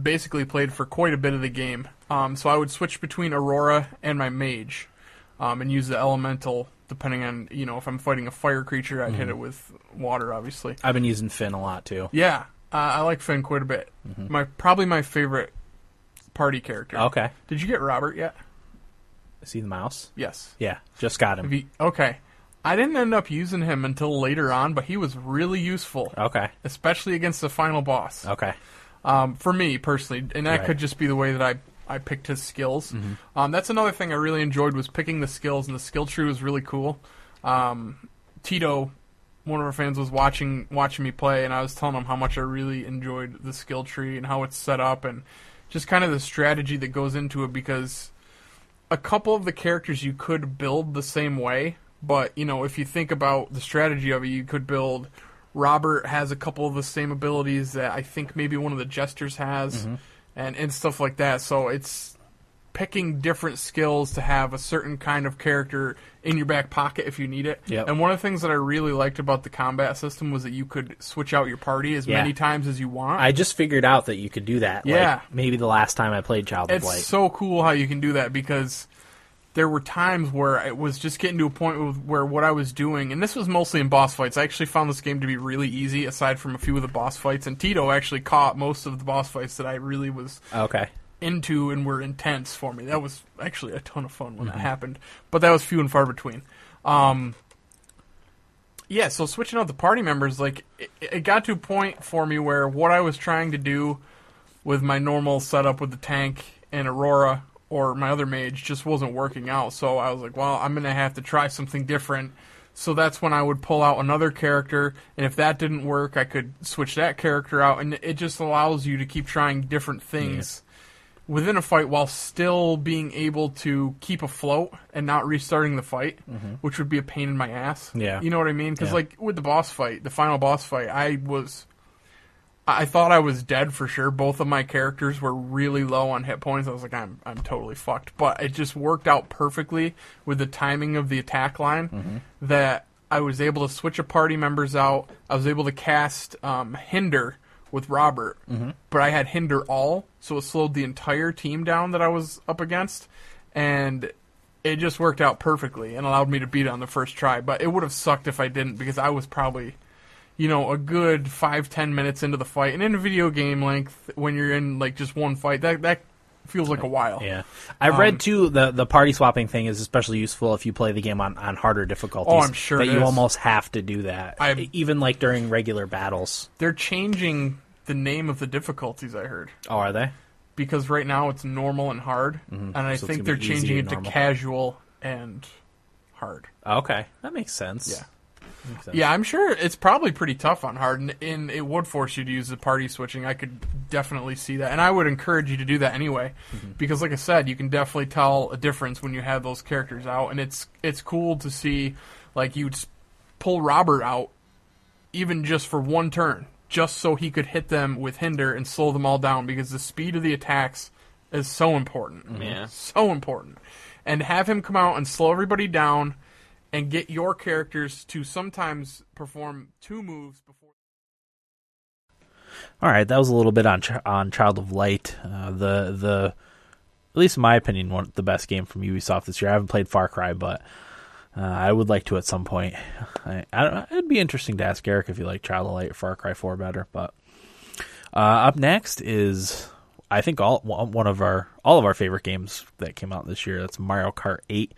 Speaker 4: basically played for quite a bit of the game. Um, so I would switch between Aurora and my mage, um, and use the elemental depending on you know if I'm fighting a fire creature, I'd hit it with water, obviously.
Speaker 3: I've been using Finn a lot too.
Speaker 4: Yeah, uh, I like Finn quite a bit. My probably my favorite party character.
Speaker 3: Okay.
Speaker 4: Did you get Robert yet?
Speaker 3: See the mouse?
Speaker 4: Yes.
Speaker 3: Yeah, just got him.
Speaker 4: Have you- okay. I didn't end up using him until later on, but he was really useful,
Speaker 3: Okay.
Speaker 4: especially against the final boss.
Speaker 3: Okay.
Speaker 4: um, for me personally, and that
Speaker 3: Right. Mm-hmm.
Speaker 4: could just be the way that I I picked his skills. Um, that's another thing I really enjoyed was picking the skills, and the skill tree was really cool. Um, Tito, one of our fans, was watching watching me play, and I was telling him how much I really enjoyed the skill tree and how it's set up, and just kind of the strategy that goes into it because a couple of the characters you could build the same way, but you know, if you think about the strategy of it, you could build Robert has a couple of the same
Speaker 3: Mm-hmm.
Speaker 4: abilities that I think maybe one of the jesters has and and stuff like that. So it's picking different skills to have a certain kind of character in your back pocket if you need it.
Speaker 10: Yep.
Speaker 4: And one of the things that I really liked about the combat system was that you could switch out your party as
Speaker 3: Yeah.
Speaker 4: many times as you want.
Speaker 3: I just figured out that you could do that. like,
Speaker 4: Yeah.
Speaker 3: maybe the last time I played Child of
Speaker 4: it's
Speaker 3: Light.
Speaker 4: so cool how you can do that because there were times where it was just getting to a point with- where what I was doing, and this was mostly in boss fights. I actually found this game to be really easy, aside from a few of the boss fights. And Tito actually caught most of the boss fights that I really was
Speaker 3: okay.
Speaker 4: into and were intense for me. That was actually a ton of fun when
Speaker 3: Mm-hmm.
Speaker 4: that happened, but that was few and far between. Um, yeah, so switching out the party members, like it, it got to a point for me where what I was trying to do with my normal setup with the tank and Aurora or my other mage just wasn't working out. So I was like, well, I'm gonna have to try something different. So that's when I would pull out another character, and if that didn't work, I could switch that character out, and it just allows you to keep trying different things within a fight while still being able to keep afloat and not restarting the fight, which would be a pain in my ass.
Speaker 10: Mm-hmm. Yeah.
Speaker 4: You know what I mean? Because,
Speaker 10: Yeah.
Speaker 4: like, with the boss fight, the final boss fight, I was. I thought I was dead for sure. Both of my characters were really low on hit points. I was like, I'm I'm totally fucked. But it just worked out perfectly with the timing of the attack line that I was able to switch a party members out. I was able to cast um, Hinder with Robert, but I had Hinder all, so it slowed the entire team down that I was up against, and it just worked out perfectly and allowed me to beat it on the first try. But it would have sucked if I didn't because I was probably you know, a good five ten minutes into the fight, and in a video game length, when you're in like just one fight, that that feels like a while.
Speaker 3: Yeah, I've
Speaker 4: Um,
Speaker 3: read too the the party swapping thing is especially useful if you play the game on, on harder difficulties.
Speaker 4: Oh, I'm sure
Speaker 3: that
Speaker 4: it
Speaker 3: you
Speaker 4: is.
Speaker 3: almost have to do that,
Speaker 4: I'm-
Speaker 3: even like during regular battles.
Speaker 4: They're changing the name of the difficulties. I heard
Speaker 3: Oh, are they?
Speaker 4: because right now it's normal and hard, and I
Speaker 3: Mm-hmm. So it's
Speaker 4: think
Speaker 3: gonna
Speaker 4: they're
Speaker 3: be easy
Speaker 4: changing
Speaker 3: and
Speaker 4: it to
Speaker 3: normal.
Speaker 4: casual and hard.
Speaker 3: Okay, that makes sense.
Speaker 4: Yeah.
Speaker 3: Makes sense.
Speaker 4: Yeah, I'm sure it's probably pretty tough on hard, and, and it would force you to use the party switching. I could definitely see that, and I would encourage you to do that anyway, because like I said, you can definitely tell a difference when you have those characters out, and it's it's cool to see like you'd s- pull Robert out even just for one turn, just so he could hit them with hinder and slow them all down, because the speed of the attacks is so important
Speaker 3: Mm-hmm.
Speaker 7: Yeah.
Speaker 4: so important. And have him come out and slow everybody down and get your characters to sometimes perform two moves before.
Speaker 10: All right, that was a little bit on Ch- on Child of Light. Uh, the the at least in my opinion, one the best game from Ubisoft this year. I haven't played Far Cry, but uh, I would like to at some point. I, I don't, it'd be interesting to ask Eric if you like Child of Light or Far Cry Four better. But uh, up next is I think all one one of our all of our favorite games that came out this year. That's Mario Kart Eight.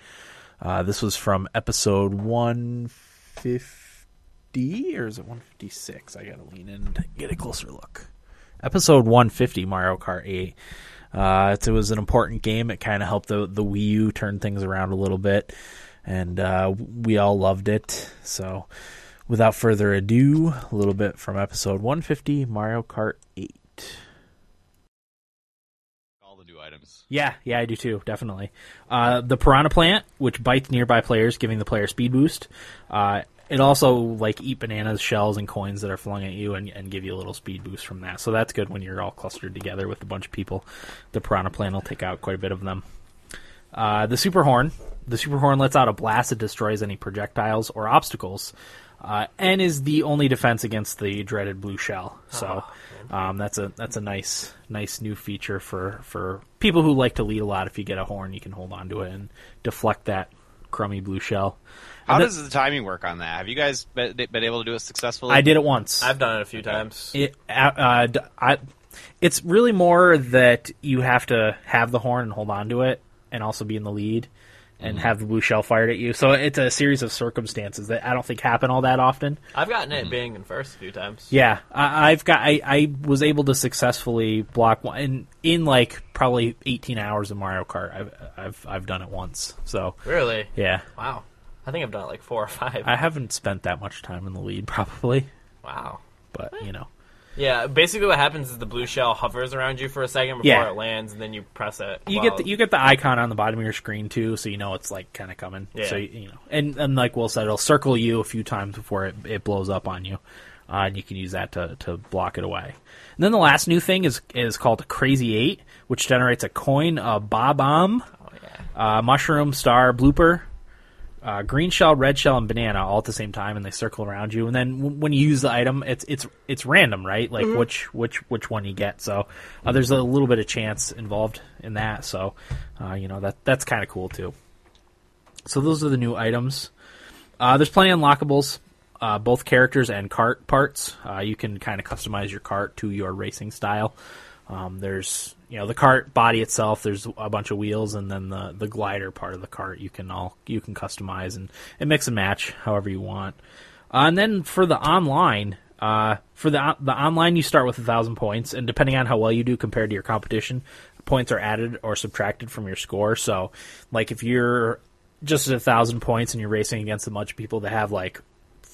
Speaker 10: Uh, this was from episode one fifty or is it one fifty six? I gotta lean in to get a closer look. Episode one fifty, Mario Kart Eight. Uh, it, it was an important game. It kind of helped the the Wii U turn things around a little bit, and uh, we all loved it. So, without further ado, a little bit from episode one fifty, Mario Kart Eight.
Speaker 5: All the new items.
Speaker 3: Yeah, yeah, I do too, definitely. Uh, the piranha plant, which bites nearby players, giving the player speed boost. Uh, it also like eat bananas, shells, and coins that are flung at you, and, and give you a little speed boost from that. So that's good when you're all clustered together with a bunch of people. The piranha plant will take out quite a bit of them. Uh, the super horn. The super horn lets out a blast that destroys any projectiles or obstacles, uh, and is the only defense against the dreaded blue shell. So um, that's a that's a nice nice new feature for for people who like to lead a lot. If you get a horn, you can hold on to it and deflect that crummy blue shell.
Speaker 5: How
Speaker 3: And
Speaker 5: does the timing work on that? Have you guys been, been able to do it successfully?
Speaker 3: I did it once.
Speaker 6: I've done it a few times.
Speaker 3: It, uh, uh, d- I, it's really more that you have to have the horn and hold on to it, and also be in the lead, and have the blue shell fired at you. So it's a series of circumstances that I don't think happen all that often.
Speaker 6: I've gotten it being in first a few times.
Speaker 3: Yeah, I, I've got. I, I was able to successfully block one in, in like probably 18 hours of Mario Kart. I've I've I've done it once. So
Speaker 6: Really?
Speaker 3: yeah,
Speaker 6: Wow. I think I've done it like four or five.
Speaker 3: I haven't spent that much time in the lead *laughs* probably,
Speaker 6: wow.
Speaker 3: but you know.
Speaker 6: Yeah, basically what happens is the blue shell hovers around you for a second before
Speaker 3: Yeah.
Speaker 6: it lands, and then you press it.
Speaker 3: you
Speaker 6: while-
Speaker 3: get the, you get the icon on the bottom of your screen too, so you know it's like kind of coming.
Speaker 6: Yeah.
Speaker 3: So you, you know, and and like Will said, it'll circle you a few times before it, it blows up on you. uh, and you can use that to, to block it away. And then the last new thing is is called Crazy Eight, which generates a coin, a Bob Bomb, uh, Mushroom, Star, Blooper, uh, green shell, red shell, and banana all at the same time, and they circle around you. And then w- when you use the item, it's it's it's random, right? Like which which which one you get. So uh, there's a little bit of chance involved in that. So uh, you know that that's kind of cool too. So those are the new items. Uh, there's plenty of unlockables, uh, both characters and cart parts. Uh, you can kind of customize your cart to your racing style. Um, there's you know the cart body itself. There's a bunch of wheels, and then the the glider part of the cart you can all you can customize and, and mix and match however you want. Uh, and then for the online, uh, for the the online, you start with a thousand points, and depending on how well you do compared to your competition, points are added or subtracted from your score. So, like if you're just at a thousand points and you're racing against a bunch of people that have like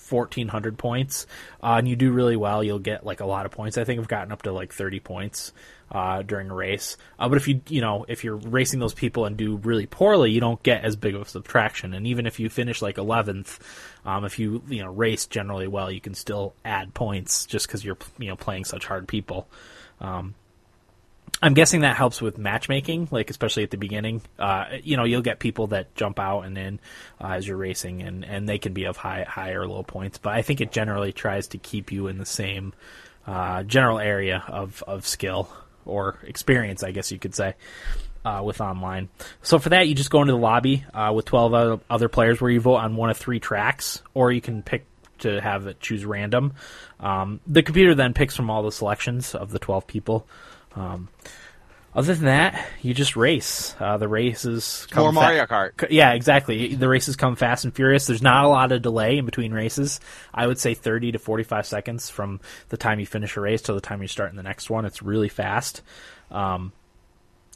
Speaker 3: 1400 points uh, and you do really well you'll get like a lot of points i think i've gotten up to like 30 points uh, during a race uh, but if you you know if you're racing those people and do really poorly you don't get as big of a subtraction and even if you finish like 11th um, if you you know race generally well you can still add points just because you're you know playing such hard people I'm guessing that helps with matchmaking, like especially at the beginning. Uh, you know, you'll get people that jump out and in uh, as you're racing, and, and they can be of high high or low points. But I think it generally tries to keep you in the same uh, general area of of skill or experience, I guess you could say, uh, with online. So for that, you just go into the lobby uh, with 12 o- other players where you vote on one of three tracks, or you can pick to have it choose random. Um, the computer then picks from all the selections of the 12 people. Um, other than that, you just race. Uh, the races come
Speaker 5: More
Speaker 3: fa-
Speaker 5: Mario Kart.
Speaker 3: C- Yeah, exactly. The races come fast and furious. There's not a lot of delay in between races. I would say 30 to 45 seconds from the time you finish a race till the time you start in the next one. It's really fast, um,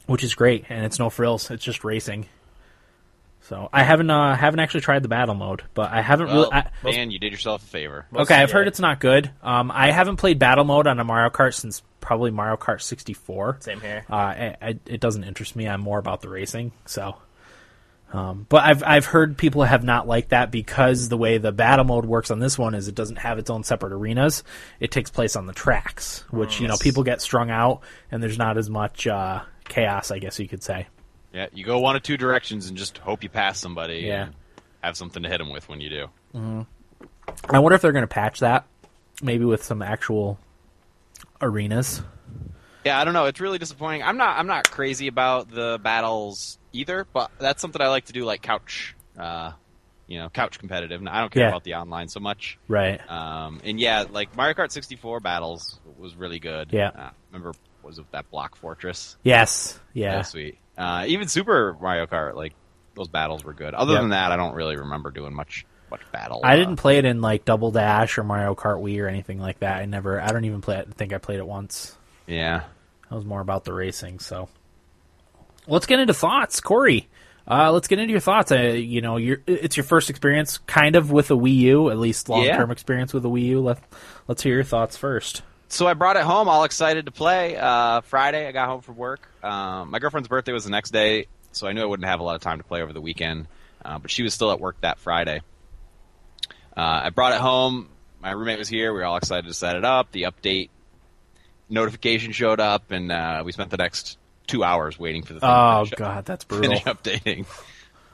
Speaker 3: which is great, and it's no frills. It's just racing. So I haven't uh, haven't actually tried the battle mode, but I haven't
Speaker 5: Well,
Speaker 3: really. I,
Speaker 5: man, you did yourself a favor.
Speaker 3: Okay, I've heard it's not good. Um, I haven't played battle mode on a Mario Kart since probably Mario Kart 64.
Speaker 6: Same here.
Speaker 3: Uh, I, I, it doesn't interest me. I'm more about the racing. So, um, but I've I've heard people have not liked that because the way the battle mode works on this one is it doesn't have its own separate arenas. It takes place on the tracks, which you know
Speaker 6: Oh,
Speaker 3: people get strung out, and there's not as much uh, chaos, I guess you could say.
Speaker 5: Yeah, you go one of two directions and just hope you pass somebody.
Speaker 3: Yeah.
Speaker 5: and have something to hit them with when you do.
Speaker 3: I wonder if they're going to patch that, maybe with some actual arenas.
Speaker 5: Yeah, I don't know. It's really disappointing. I'm not. I'm not crazy about the battles either, but that's something I like to do, like couch. Uh, you know, couch competitive. And I don't care
Speaker 3: Yeah.
Speaker 5: about the online so much.
Speaker 3: Right.
Speaker 6: Uh,
Speaker 5: Um, and yeah, like Mario Kart 64 battles was really good.
Speaker 3: Yeah.
Speaker 5: Uh, remember was it that Block Fortress?
Speaker 3: Yes.
Speaker 5: That
Speaker 3: Yeah.
Speaker 5: was sweet. Uh, even Super Mario Kart, like those battles were good. Other
Speaker 3: Yep.
Speaker 5: than that, I don't really remember doing much much battle.
Speaker 3: I
Speaker 5: uh,
Speaker 3: didn't play it in like Double Dash or Mario Kart Wii or anything like that. I never. I don't even play. it. I think I played it once.
Speaker 5: Yeah.
Speaker 3: I was more about the racing. So let's get into thoughts, Corey. Uh, let's get into your thoughts. Uh, you know, your it's your first experience, kind of, with a Wii U, at least long term experience with a Wii U. Let Let's hear your thoughts first.
Speaker 5: so I brought it home, all excited to play. Uh, Friday, I got home from work. Um, my girlfriend's birthday was the next day, so I knew I wouldn't have a lot of time to play over the weekend. Uh, but she was still at work that Friday. Uh, I brought it home. My roommate was here. We were all excited to set it up. The update notification showed up, and uh, we spent the next two hours waiting for the thing to
Speaker 3: Oh
Speaker 5: finish up
Speaker 3: God, that's brutal.
Speaker 5: Uh, finish *laughs* updating,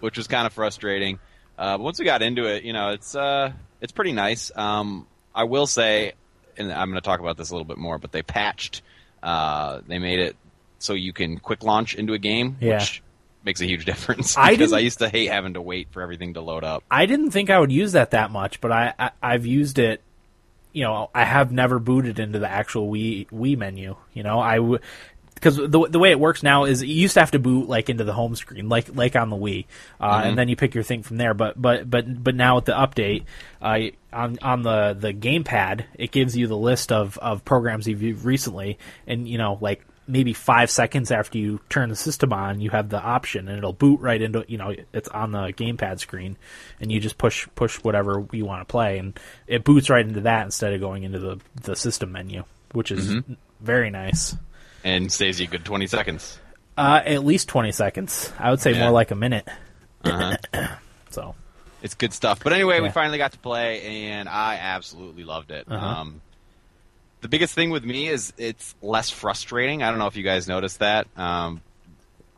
Speaker 5: which was kind of frustrating. Uh, but once we got into it, you know, it's uh, it's pretty nice. Um, I will say, and I'm going to talk about this a little bit more, but they patched, uh, they made it so you can quick launch into a game,
Speaker 3: Yeah.
Speaker 5: which makes a huge *laughs* difference.
Speaker 3: I
Speaker 5: because I
Speaker 3: didn't-
Speaker 5: used to hate having to wait for everything to load up.
Speaker 3: I didn't think I would use that that much, but I, I I've used it. You know, I have never booted into the actual Wii Wii menu. You know, I would because the the way it works now is you used to have to boot like into the home screen, like like on the Wii, uh, and then you pick your thing from there. But but but but now with the update, uh, on on the the gamepad, it gives you the list of of programs you've used recently, and you know like maybe five seconds after you turn the system on, you have the option, and it'll boot right into you know it's on the gamepad screen, and you just push push whatever you want to play, and it boots right into that instead of going into the the system menu, which is
Speaker 5: Mm-hmm.
Speaker 3: very nice.
Speaker 5: And saves you a good 20 seconds.
Speaker 3: Uh, at least twenty seconds. I would say
Speaker 5: Yeah.
Speaker 3: more like a minute. *coughs* so
Speaker 5: It's good stuff. But anyway, we
Speaker 3: Yeah. Uh-huh.
Speaker 5: finally got to play, and I absolutely loved it. Um, the biggest thing with me is it's less frustrating. I don't know if you guys noticed that. Um,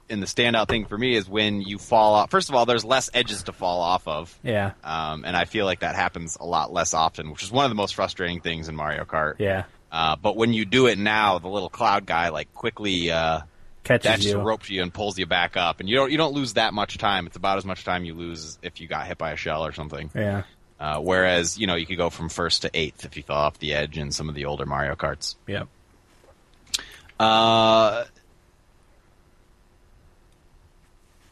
Speaker 5: and the standout thing for me is when you fall off. First of all, there's less edges to fall off of.
Speaker 3: Yeah.
Speaker 5: Um, and I feel like that happens a lot less often, which is one of the most frustrating things in Mario Kart.
Speaker 3: Yeah.
Speaker 5: Uh, but when you do it now, the little cloud guy like quickly uh,
Speaker 3: Catches
Speaker 5: dashes
Speaker 3: you.
Speaker 5: a rope to you and pulls you back up, and you don't you don't lose that much time. It's about as much time you lose as if you got hit by a shell or something.
Speaker 3: Yeah.
Speaker 5: Uh, whereas you know you could go from first to eighth if you fell off the edge in some of the older Mario Karts.
Speaker 3: Yep.
Speaker 5: Uh,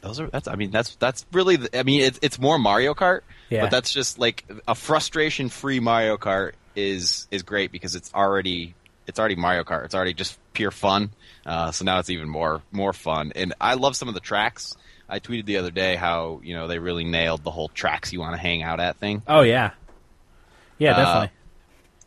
Speaker 5: those are that's I mean that's that's really the, I mean it's it's more Mario Kart,
Speaker 3: Yeah.
Speaker 5: but that's just like a frustration free Mario Kart is is great because it's already it's already Mario Kart. It's already just pure fun. Uh, so now it's even more more fun, and I love some of the tracks. I tweeted the other day how you know they really nailed the whole tracks you want to hang out at thing.
Speaker 3: Oh yeah. Yeah,
Speaker 5: Uh,
Speaker 3: definitely.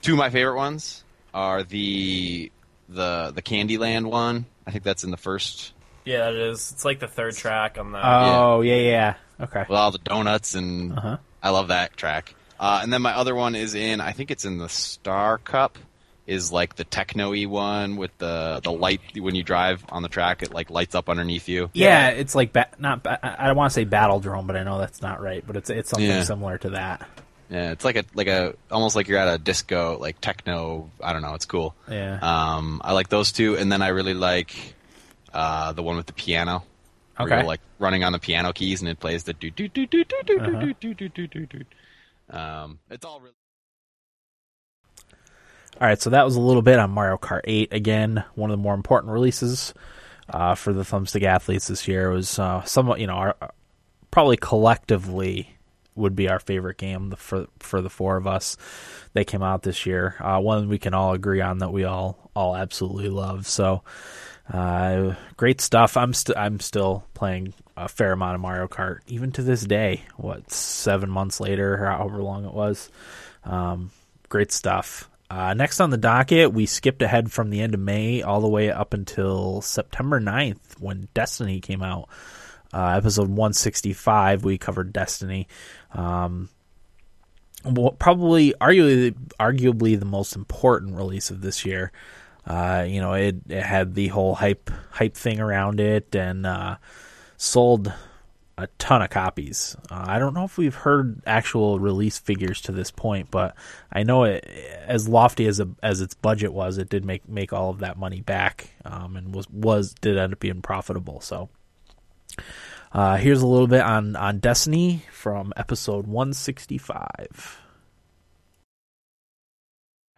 Speaker 5: Two of my favorite ones are the the the Candyland one. I think that's in the first
Speaker 6: Yeah, it is. It's like the third track on the.
Speaker 3: Oh yeah, yeah. Okay.
Speaker 5: with all the donuts and
Speaker 3: Uh-huh.
Speaker 5: I love that track. Uh, and then my other one is in I think it's in the Star Cup is like the techno-y one with the the light when you drive on the track it like lights up underneath you.
Speaker 3: Yeah, it's like ba- not. Ba- I I don't want to say battle drone, but I know that's not right. But it's it's something
Speaker 5: Yeah.
Speaker 3: similar to that.
Speaker 5: Yeah, it's like a like a almost like you're at a disco like techno, I don't know, it's cool.
Speaker 3: Yeah.
Speaker 5: Um I like those two and then I really like uh the one with the piano. where
Speaker 3: Okay.
Speaker 5: you're, like running on the piano keys and it plays the do do do do do do do do do do do do. Um it's all really
Speaker 3: All right, so that was a little bit on Mario Kart 8. Again, one of the more important releases uh, for the thumbstick athletes this year It was uh, somewhat, you know, our, probably collectively would be our favorite game the- for for the four of us that came out this year. Uh, one we can all agree on that we all all absolutely love. So, uh, great stuff. I'm st- I'm still playing a fair amount of Mario Kart even to this day. What seven months later, or however long it was. Um, great stuff. Uh, next on the docket, we skipped ahead from the end of May all the way up until September 9th when Destiny came out. Uh, episode 165, we covered Destiny. Um, well, probably, arguably, arguably the most important release of this year. Uh, you know, it, it had the whole hype hype thing around it and uh, sold a ton of copies. Uh, I don't know if we've heard actual release figures to this point, but I know it, as lofty as a, as its budget was, it did make make all of that money back, um, and was was did end up being profitable. So. Uh, here's a little bit on, on Destiny from episode 165.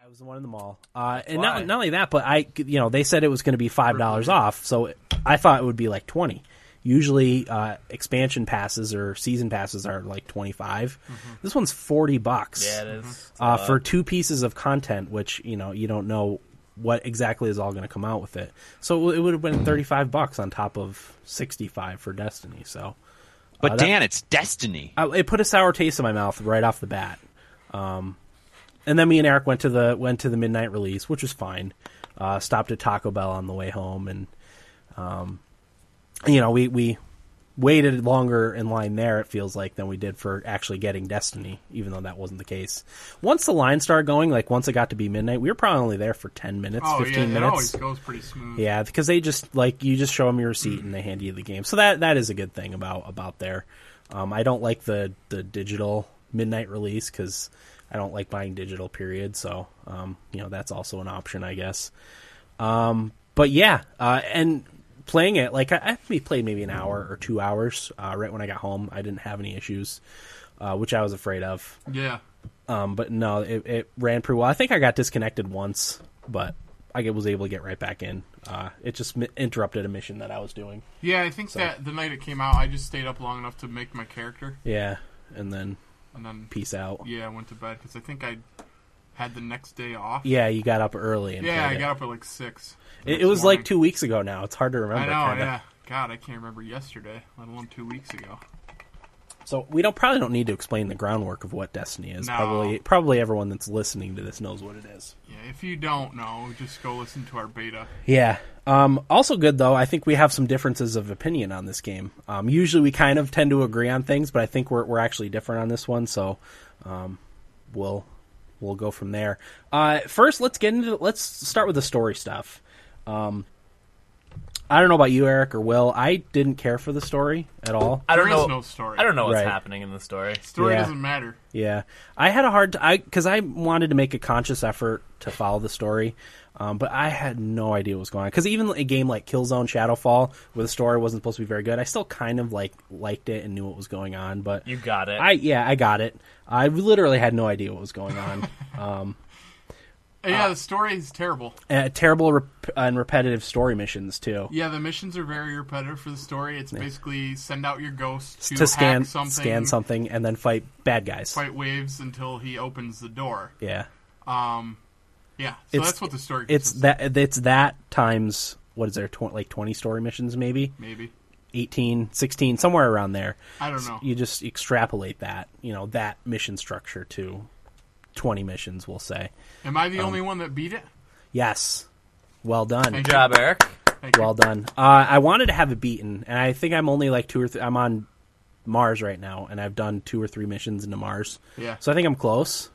Speaker 3: I was the one in the mall, uh, and not not only that, but I you know they said it was going to be five dollars off, so I thought it would be like twenty. Usually, uh, expansion passes or season passes are like twenty This one's forty bucks
Speaker 6: Mm-hmm. yeah, it is.
Speaker 3: uh, for two pieces of content, which you know you don't know what exactly is all going to come out with it. So it would have been thirty five bucks on top of sixty five for Destiny. So
Speaker 5: But
Speaker 3: Uh, that-
Speaker 5: Dan, it's Destiny.
Speaker 3: I, it put a sour taste in my mouth right off the bat. Um, and then me and Eric went to the went to the midnight release, which was fine. Uh, stopped at Taco Bell on the way home, and um, you know we we waited longer in line there. It feels like than we did for actually getting Destiny, even though that wasn't the case. Once the line started going, like once it got to be midnight, we were probably only there for ten minutes,
Speaker 4: Oh yeah,
Speaker 3: fifteen
Speaker 4: it always
Speaker 3: minutes.
Speaker 4: goes pretty smooth.
Speaker 3: Yeah, because they just like you just show them your receipt and they hand you the game. So that that is a good thing about about there. Um, I don't like the the digital midnight release because I don't like buying digital. Period. So um, you know that's also an option, I guess. Um, but yeah, uh, and playing it like I, I maybe played maybe an hour or two hours uh, right when I got home. I didn't have any issues, uh, which I was afraid of.
Speaker 4: Yeah.
Speaker 3: Um, but no, it, it ran pretty well. I think I got disconnected once, but I get- was able to get right back in. Uh, it just mi- interrupted a mission that I was doing.
Speaker 4: Yeah, I think that the night it came out, I just stayed up long enough to make my character,
Speaker 3: Yeah, and then
Speaker 4: and then
Speaker 3: peace out. Yeah,
Speaker 4: yeah, I went to bed because I think I had the next day off.
Speaker 3: you got up early. And
Speaker 4: Yeah,
Speaker 3: played
Speaker 4: I
Speaker 3: it.
Speaker 4: got up at like six. the
Speaker 3: It, it
Speaker 4: next
Speaker 3: was
Speaker 4: morning.
Speaker 3: like two weeks ago now. It's hard to
Speaker 4: I
Speaker 3: remember.
Speaker 4: know.
Speaker 3: kinda.
Speaker 4: Yeah. God, I can't remember yesterday, let alone two weeks ago.
Speaker 3: So we don't probably don't need to explain the groundwork of what Destiny is.
Speaker 4: No.
Speaker 3: Probably probably everyone that's listening to this knows what it is.
Speaker 4: Yeah, if you don't know, just go listen to our beta.
Speaker 3: Yeah. Um, also good though. I think we have some differences of opinion on this game. Um, usually we kind of tend to agree on things, but I think we're we're actually different on this one. So um, we'll we'll go from there. Uh, first, let's get into let's start with the story stuff. Um, I don't know about you, Eric or Will. I didn't care for the story at all.
Speaker 6: I don't
Speaker 4: There is
Speaker 6: know.
Speaker 4: no story.
Speaker 6: I don't know what's
Speaker 3: Right.
Speaker 6: happening in the story.
Speaker 4: Story
Speaker 3: Yeah.
Speaker 4: doesn't matter.
Speaker 3: Yeah, I had a hard t- I because I wanted to make a conscious effort to follow the story, um, but I had no idea what was going on. Because even a game like Killzone Shadowfall, where the story wasn't supposed to be very good, I still kind of like liked it and knew what was going on. But
Speaker 6: You got it.
Speaker 3: I yeah, I got it. I literally had no idea what was going on.
Speaker 4: Uh, Yeah, the story is terrible.
Speaker 3: uh, terrible rep- and repetitive story missions too.
Speaker 4: Yeah, the missions are very repetitive for the story. It's basically send out your ghost to,
Speaker 3: To scan
Speaker 4: hack something,
Speaker 3: scan something and then fight bad guys.
Speaker 4: fight waves until he opens the door.
Speaker 3: Yeah,
Speaker 4: Yeah, so
Speaker 3: It's-
Speaker 4: that's what the story.
Speaker 3: it's
Speaker 4: consists
Speaker 3: that it's that times what is there tw- like twenty story missions maybe.
Speaker 4: of, maybe
Speaker 3: 18, 16, somewhere around there.
Speaker 4: I don't know.
Speaker 3: You just extrapolate that, you know, that mission structure to 20 missions, we'll say.
Speaker 4: Am I the
Speaker 3: um,
Speaker 4: only one that beat it?
Speaker 3: Yes. Well done.
Speaker 4: Thank
Speaker 6: Good job, Eric.
Speaker 4: Thank you.
Speaker 3: Well done. Uh, I wanted to have it beaten, and I think I'm only like two or three. I'm on Mars right now, and I've done two or three missions into Mars.
Speaker 4: Yeah.
Speaker 3: So I think I'm close.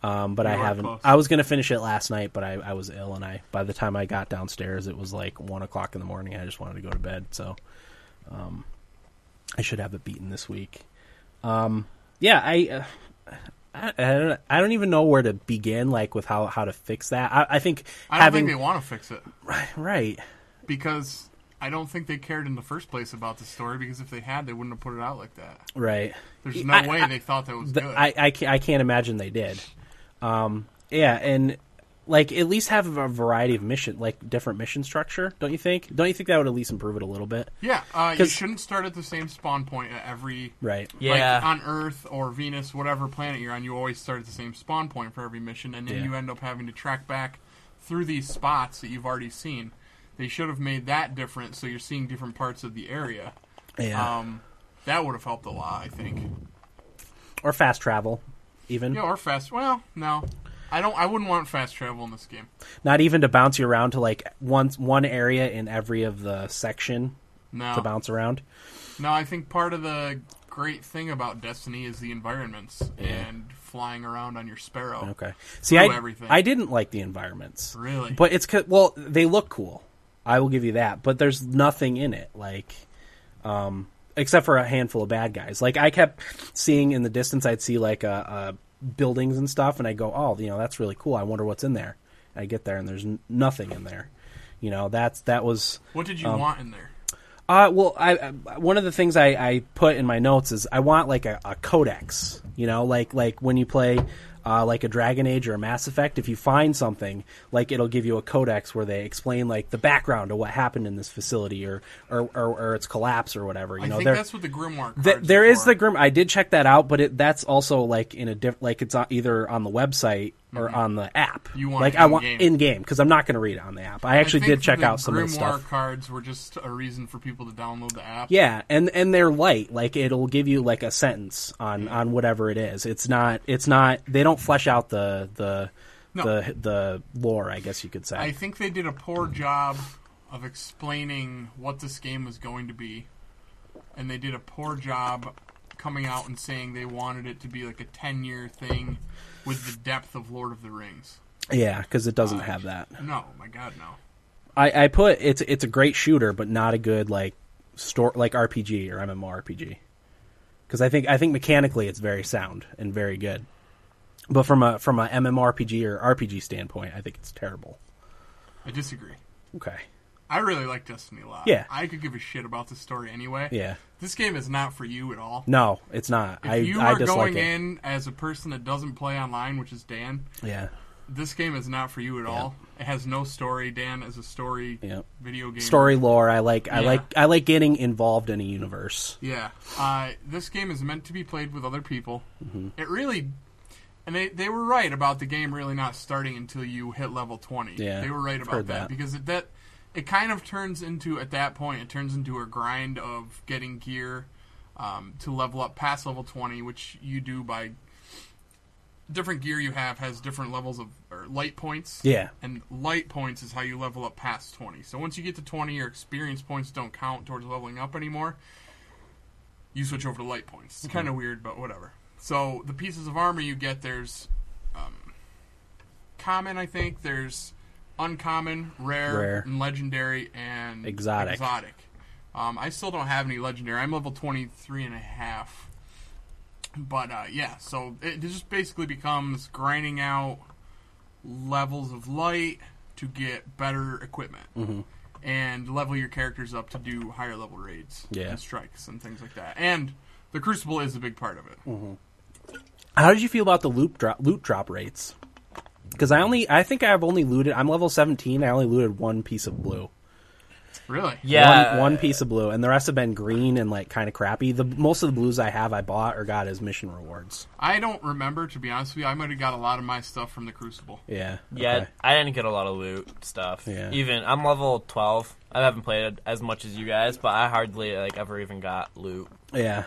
Speaker 3: Um, but I
Speaker 4: are
Speaker 3: haven't.
Speaker 4: close.
Speaker 3: I was gonna finish it last night, but I, I was ill, and I by the time I got downstairs, it was like one o'clock in the morning. and I just wanted to go to bed, so um, I should have it beaten this week. Um, yeah, I. Uh, I, I don't. I don't even know where to begin, like with how, how to fix that. I, I think
Speaker 4: I don't
Speaker 3: having
Speaker 4: think they want to fix it
Speaker 3: right.
Speaker 4: because I don't think they cared in the first place about the story. Because if they had, they wouldn't have put it out like that.
Speaker 3: Right.
Speaker 4: There's no
Speaker 3: I-
Speaker 4: way
Speaker 3: I-
Speaker 4: they thought that was
Speaker 3: The,
Speaker 4: good.
Speaker 3: I, I, can't, I can't imagine they did. Um, yeah, and like at least have a variety of mission, like different mission structure. Don't you think? Don't you think that would at least improve it a little bit?
Speaker 4: yeah, uh, you
Speaker 3: 'cause-
Speaker 4: shouldn't start at the same spawn point at every.
Speaker 3: Right.
Speaker 6: Yeah.
Speaker 4: Like on Earth or Venus, whatever planet you're on, you always start at the same spawn point for every mission, and then
Speaker 3: Yeah.
Speaker 4: you end up having to track back through these spots that you've already seen. They should have made that different, so you're seeing different parts of the area.
Speaker 3: Yeah.
Speaker 4: Um, that would have helped a lot, I think.
Speaker 3: or fast travel, even
Speaker 4: Yeah, or fast. Well, no, I don't. I wouldn't want fast travel in this game.
Speaker 3: not even to bounce you around to like one one area in every of the section
Speaker 4: No,
Speaker 3: to bounce around.
Speaker 4: No, I think part of the great thing about Destiny is the environments and flying around on your Sparrow.
Speaker 3: Okay. See,
Speaker 4: Through
Speaker 3: I
Speaker 4: everything.
Speaker 3: I didn't like the environments.
Speaker 4: Really?
Speaker 3: But it's 'cause- well, they look cool. I will give you that. But there's nothing in it, like, um, except for a handful of bad guys. Like I kept seeing in the distance, I'd see like uh, uh, buildings and stuff, and I go, oh, you know, that's really cool. I wonder what's in there. I get there, and there's n- nothing in there. You know, that's that was.
Speaker 4: What did
Speaker 3: Um,
Speaker 4: you want in there?
Speaker 3: Uh, well, I, I one of the things I, I put in my notes is I want like a, a codex. You know, like like when you play uh, like a Dragon Age or a Mass Effect, if you find something, like it'll give you a codex where they explain like the background to what happened in this facility or or, or, or its collapse or whatever. You
Speaker 4: I
Speaker 3: know,
Speaker 4: think
Speaker 3: there-
Speaker 4: that's what the Grimoire. Cards
Speaker 3: Th-
Speaker 4: are
Speaker 3: there is
Speaker 4: for.
Speaker 3: the grim. I did check that out, but it, that's also like in a diff- like it's on- either on the website or on the app.
Speaker 4: Mm-hmm. You want
Speaker 3: like
Speaker 4: it
Speaker 3: I want
Speaker 4: in-game.
Speaker 3: in game because I'm not going to read it on the app. I actually
Speaker 4: I think
Speaker 3: did check
Speaker 4: the
Speaker 3: out some
Speaker 4: Grimoire
Speaker 3: of the stuff.
Speaker 4: cards were just a reason for people to download the app.
Speaker 3: Yeah, and and they're light. Like it'll give you like a sentence on
Speaker 4: Mm.
Speaker 3: on whatever it is. It's not it's not they don't flesh out the the
Speaker 4: No.
Speaker 3: the the lore, I guess you could say.
Speaker 4: I think they did a poor job of explaining what this game was going to be, and they did a poor job coming out and saying they wanted it to be like a ten-year thing with the depth of Lord of the Rings.
Speaker 3: yeah, cuz it doesn't have that.
Speaker 4: No, my God, no.
Speaker 3: I I put it's it's a great shooter but not a good like store like RPG or MMORPG. Cuz I think I think mechanically it's very sound and very good. But from a from a MMORPG or RPG standpoint, I think it's terrible.
Speaker 4: I disagree.
Speaker 3: Okay.
Speaker 4: I really like Destiny a lot.
Speaker 3: Yeah.
Speaker 4: I could give a shit about the story anyway.
Speaker 3: Yeah.
Speaker 4: This game is not for you at all.
Speaker 3: No, it's not.
Speaker 4: If
Speaker 3: I
Speaker 4: you
Speaker 3: I
Speaker 4: are
Speaker 3: dislike
Speaker 4: going
Speaker 3: it.
Speaker 4: in as a person that doesn't play online, which is Dan,
Speaker 3: yeah.
Speaker 4: this game is not for you at all. It has no story. Dan is a story
Speaker 3: Yeah.
Speaker 4: video game.
Speaker 3: story lore. I like. I
Speaker 4: Yeah.
Speaker 3: like. I like getting involved in a universe.
Speaker 4: Yeah. Uh, this game is meant to be played with other people.
Speaker 3: Mm-hmm.
Speaker 4: It really. And they, they were right about the game really not starting until you hit level 20.
Speaker 3: Yeah,
Speaker 4: They were right
Speaker 3: I've
Speaker 4: about
Speaker 3: heard
Speaker 4: that,
Speaker 3: that.
Speaker 4: because it, that it kind of turns into, at that point, it turns into a grind of getting gear, um, to level up past level 20, which you do by different gear you have has different levels of or light points.
Speaker 3: Yeah.
Speaker 4: And light points is how you level up past 20. So once you get to 20, your experience points don't count towards leveling up anymore. You switch over to light points. It's kind of weird, but whatever. So the pieces of armor you get there's um, common, I think. There's uncommon, rare,
Speaker 3: Rare.
Speaker 4: and legendary, and
Speaker 3: Exotic.
Speaker 4: Exotic. Um, I still don't have any legendary. I'm level 23 and a half. But uh, yeah, so it just basically becomes grinding out levels of light to get better equipment
Speaker 3: Mm-hmm.
Speaker 4: and level your characters up to do higher level raids
Speaker 3: Yeah.
Speaker 4: and strikes and things like that. And the Crucible is a big part of it.
Speaker 3: Mm. How did you feel about the loot drop loot drop rates? Because I only, I think I've only looted. I'm level 17. I only looted one piece of blue.
Speaker 4: Really?
Speaker 7: Yeah,
Speaker 3: one, one piece of blue, and the rest have been green and like kind of crappy. The most of the blues I have, I bought or got as mission rewards.
Speaker 4: I don't remember, to be honest with you. I might have got a lot of my stuff from the Crucible.
Speaker 3: Yeah,
Speaker 7: Yeah,
Speaker 3: okay.
Speaker 7: I didn't get a lot of loot stuff.
Speaker 3: Yeah.
Speaker 7: Even I'm level twelve. I haven't played it as much as you guys, but I hardly like ever even got loot.
Speaker 3: yeah,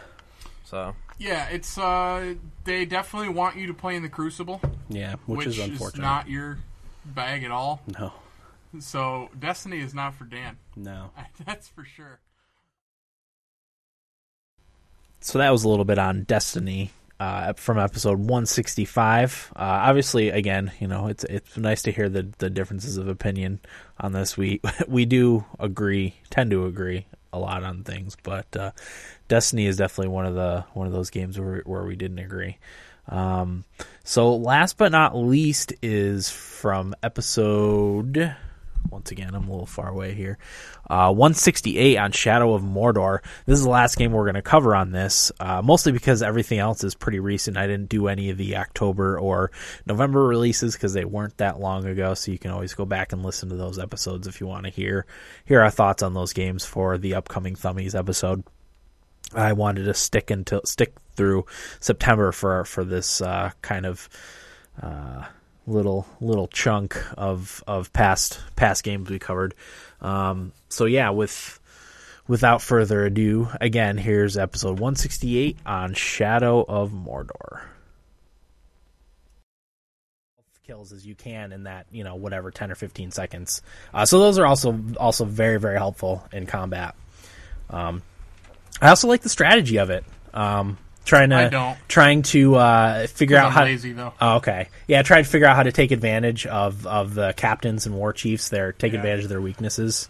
Speaker 7: So
Speaker 4: Yeah, it's uh, they definitely want you to play in the Crucible,
Speaker 3: yeah. Which,
Speaker 4: which,
Speaker 3: is
Speaker 4: is,
Speaker 3: unfortunate.
Speaker 4: not your bag at all.
Speaker 3: no,
Speaker 4: So Destiny is not for Dan. *laughs*
Speaker 3: no.
Speaker 4: That's for sure.
Speaker 3: so that was a little bit on Destiny uh, from episode 165. Uh, obviously, again, you know, it's it's nice to hear the the differences of opinion on this. We *laughs* we do agree, tend to agree a lot on things, but uh, Destiny is definitely one of the one of those games where where we didn't agree. Um, so last but not least is from episode once again, I'm a little far away here. Uh, 168 on Shadow of Mordor. This is the last game we're going to cover on this, uh, mostly because everything else is pretty recent. I didn't do any of the October or November releases because they weren't that long ago. So you can always go back and listen to those episodes if you want to hear hear our thoughts on those games for the upcoming Thummies episode. I wanted to stick until stick through September for for this uh, kind of uh, little little chunk of of past past games we covered. Um, so yeah, with without further ado, again here's episode 168 on Shadow of Mordor. Kills as you can in that you know whatever 10 or 15 seconds. Uh, so those are also also very very helpful in combat. Um, I also like the strategy of it. Um, trying to
Speaker 4: I don't.
Speaker 3: trying to uh, figure out
Speaker 4: I'm
Speaker 3: how
Speaker 4: lazy though.
Speaker 3: Oh, okay. Yeah, I tried to figure out how to take advantage of, of the captains and war chiefs. Their take advantage of their weaknesses.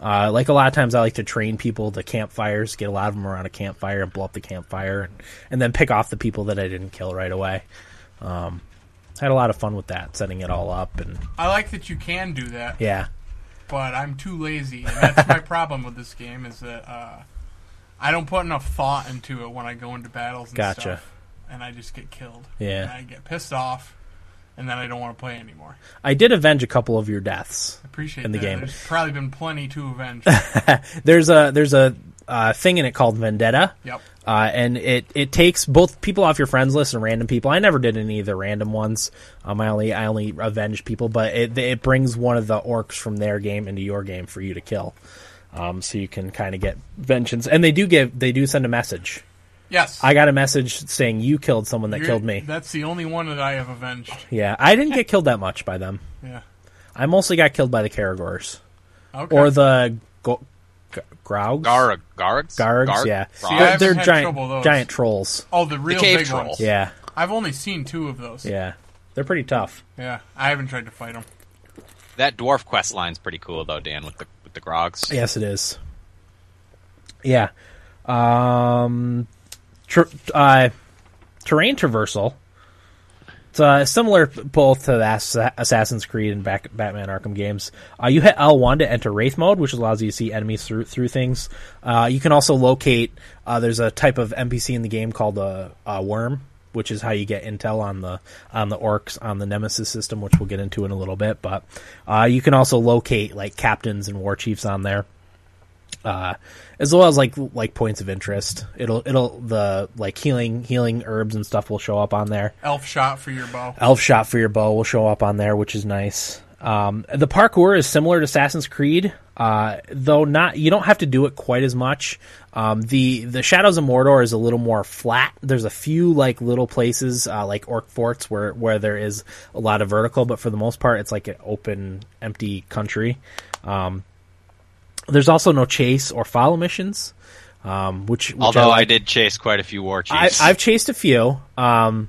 Speaker 3: Uh, like a lot of times, I like to train people to campfires, get a lot of them around a campfire and blow up the campfire, and, and then pick off the people that I didn't kill right away. Um, I had a lot of fun with that, setting it all up, and
Speaker 4: I like that you can do that,
Speaker 3: yeah,
Speaker 4: but I'm too lazy, and that's my *laughs* problem with this game is that uh, I don't put enough thought into it when I go into battles and
Speaker 3: Gotcha.
Speaker 4: stuff, and I just get killed.
Speaker 3: Yeah.
Speaker 4: and I get pissed off, and then I don't want to play anymore.
Speaker 3: I did avenge a couple of your deaths.
Speaker 4: I appreciate
Speaker 3: In the
Speaker 4: that.
Speaker 3: game.
Speaker 4: There's probably been plenty
Speaker 3: *laughs*
Speaker 4: to avenge.
Speaker 3: There's a there's a uh, thing in it called vendetta.
Speaker 4: yep.
Speaker 3: uh, and it, it takes both people off your friends list and random people. I never did any of the random ones. Um, I only I only avenged people, but it it brings one of the orcs from their game into your game for you to kill. Um, so you can kind of get vengeance, and they do give they do send a message.
Speaker 4: Yes.
Speaker 3: I got a message saying you killed someone that
Speaker 4: You're-
Speaker 3: killed me.
Speaker 4: That's the only one that I have avenged.
Speaker 3: Yeah, I didn't get killed that much by them.
Speaker 4: Yeah.
Speaker 3: I mostly got killed by the Karagors
Speaker 4: Okay.
Speaker 3: or the go- g- Graugs.
Speaker 5: Garg, Gargs,
Speaker 3: Gargs, yeah.
Speaker 4: I
Speaker 3: They're,
Speaker 4: haven't
Speaker 3: they're
Speaker 4: had
Speaker 3: giant
Speaker 4: trouble with those.
Speaker 3: giant trolls.
Speaker 4: oh the real
Speaker 5: cave
Speaker 4: big
Speaker 5: troll.
Speaker 4: ones.
Speaker 3: Yeah,
Speaker 4: I've only seen two of those.
Speaker 3: yeah, they're pretty tough.
Speaker 4: Yeah. I haven't tried to fight them.
Speaker 5: That dwarf quest line's pretty cool though, Dan, with the with the Grogs.
Speaker 3: Yes, it is. Yeah. Um, tr- uh, terrain traversal. It's uh, similar both to the Ass- Assassin's Creed and Back- Batman Arkham games. Uh, you hit L1 to enter Wraith mode, which allows you to see enemies through through things. Uh, you can also locate. Uh, there's a type of NPC in the game called a, a worm, which is how you get intel on the on the orcs on the Nemesis system, which we'll get into in a little bit. But uh, you can also locate like captains and war chiefs on there uh, as well as like like points of interest. It'll it'll the like healing healing herbs and stuff will show up on there.
Speaker 4: Elf shot for your bow.
Speaker 3: Elf shot for your bow will show up on there, which is nice. Um, the parkour is similar to Assassin's Creed, uh, though not. You don't have to do it quite as much. Um, the the Shadows of Mordor is a little more flat. There's a few like little places uh, like orc forts where where there is a lot of vertical, but for the most part, it's like an open, empty country. Um, there's also no chase or follow missions, um, which, which
Speaker 5: Although
Speaker 3: like.
Speaker 5: I did chase quite a few war
Speaker 3: I,
Speaker 5: chiefs.
Speaker 3: I've chased a few, um,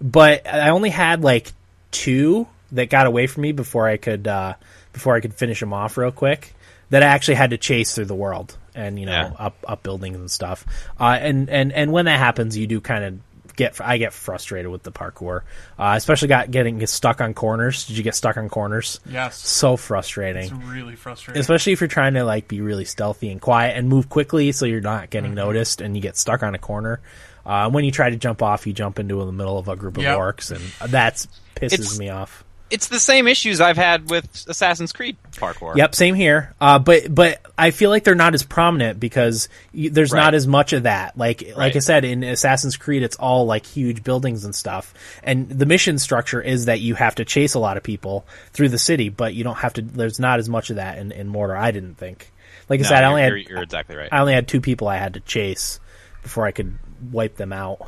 Speaker 3: but I only had like two that got away from me before I could uh, before I could finish them off real quick. That I actually had to chase through the world and you know
Speaker 5: Yeah.
Speaker 3: up up buildings and stuff. Uh, and and and when that happens, you do kind of get I get frustrated with the parkour, uh, especially got getting stuck on corners. Did you get stuck on corners?
Speaker 4: Yes.
Speaker 3: So frustrating
Speaker 4: It's really frustrating.
Speaker 3: especially if you're trying to like be really stealthy and quiet and move quickly so you're not getting
Speaker 5: Mm-hmm.
Speaker 3: noticed and you get stuck on a corner uh, when you try to jump off you jump into the middle of a group of
Speaker 4: Yep.
Speaker 3: orcs and that pisses
Speaker 5: It's-
Speaker 3: me off
Speaker 5: it's the same issues I've had with Assassin's Creed parkour.
Speaker 3: yep same here uh, but but i feel like they're not as prominent because y- there's
Speaker 5: Right.
Speaker 3: not as much of that like like i
Speaker 5: Right.
Speaker 3: said in assassin's creed it's all like huge buildings and stuff and the mission structure is that you have to chase a lot of people through the city but you don't have to there's not as much of that in, in mordor i didn't think like i
Speaker 5: No,
Speaker 3: said i
Speaker 5: you're,
Speaker 3: only
Speaker 5: you're-
Speaker 3: had
Speaker 5: you're exactly right.
Speaker 3: I only had two people I had to chase before I could wipe them out.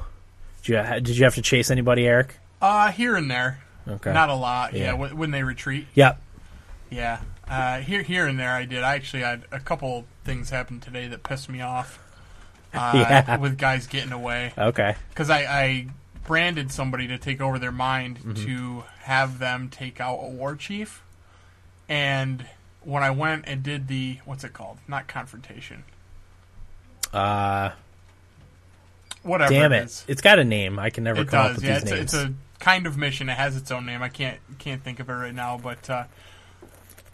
Speaker 3: Did you, ha- did you have to chase anybody, Eric?
Speaker 4: Uh, here and there.
Speaker 3: Okay.
Speaker 4: Not a lot. Yeah.
Speaker 3: Yeah.
Speaker 4: when, when they retreat.
Speaker 3: Yep.
Speaker 4: Yeah. Uh, here, here and there, I did. I actually had a couple things happen today that pissed
Speaker 3: *laughs*
Speaker 4: me off. Uh,
Speaker 3: Yeah.
Speaker 4: With guys getting away.
Speaker 3: Okay.
Speaker 4: because I, I branded somebody to take over their mind
Speaker 3: Mm-hmm.
Speaker 4: to have them take out a war chief. And when I went and did the what's it called? Not confrontation.
Speaker 3: Uh,
Speaker 4: Whatever.
Speaker 3: damn
Speaker 4: it.
Speaker 3: it.
Speaker 4: is.
Speaker 3: It's got a name. I can never
Speaker 4: It
Speaker 3: come up
Speaker 4: does.
Speaker 3: with
Speaker 4: Yeah,
Speaker 3: these
Speaker 4: it's a,
Speaker 3: names.
Speaker 4: it's a kind of mission. It has its own name. I can't can't think of it right now. But uh,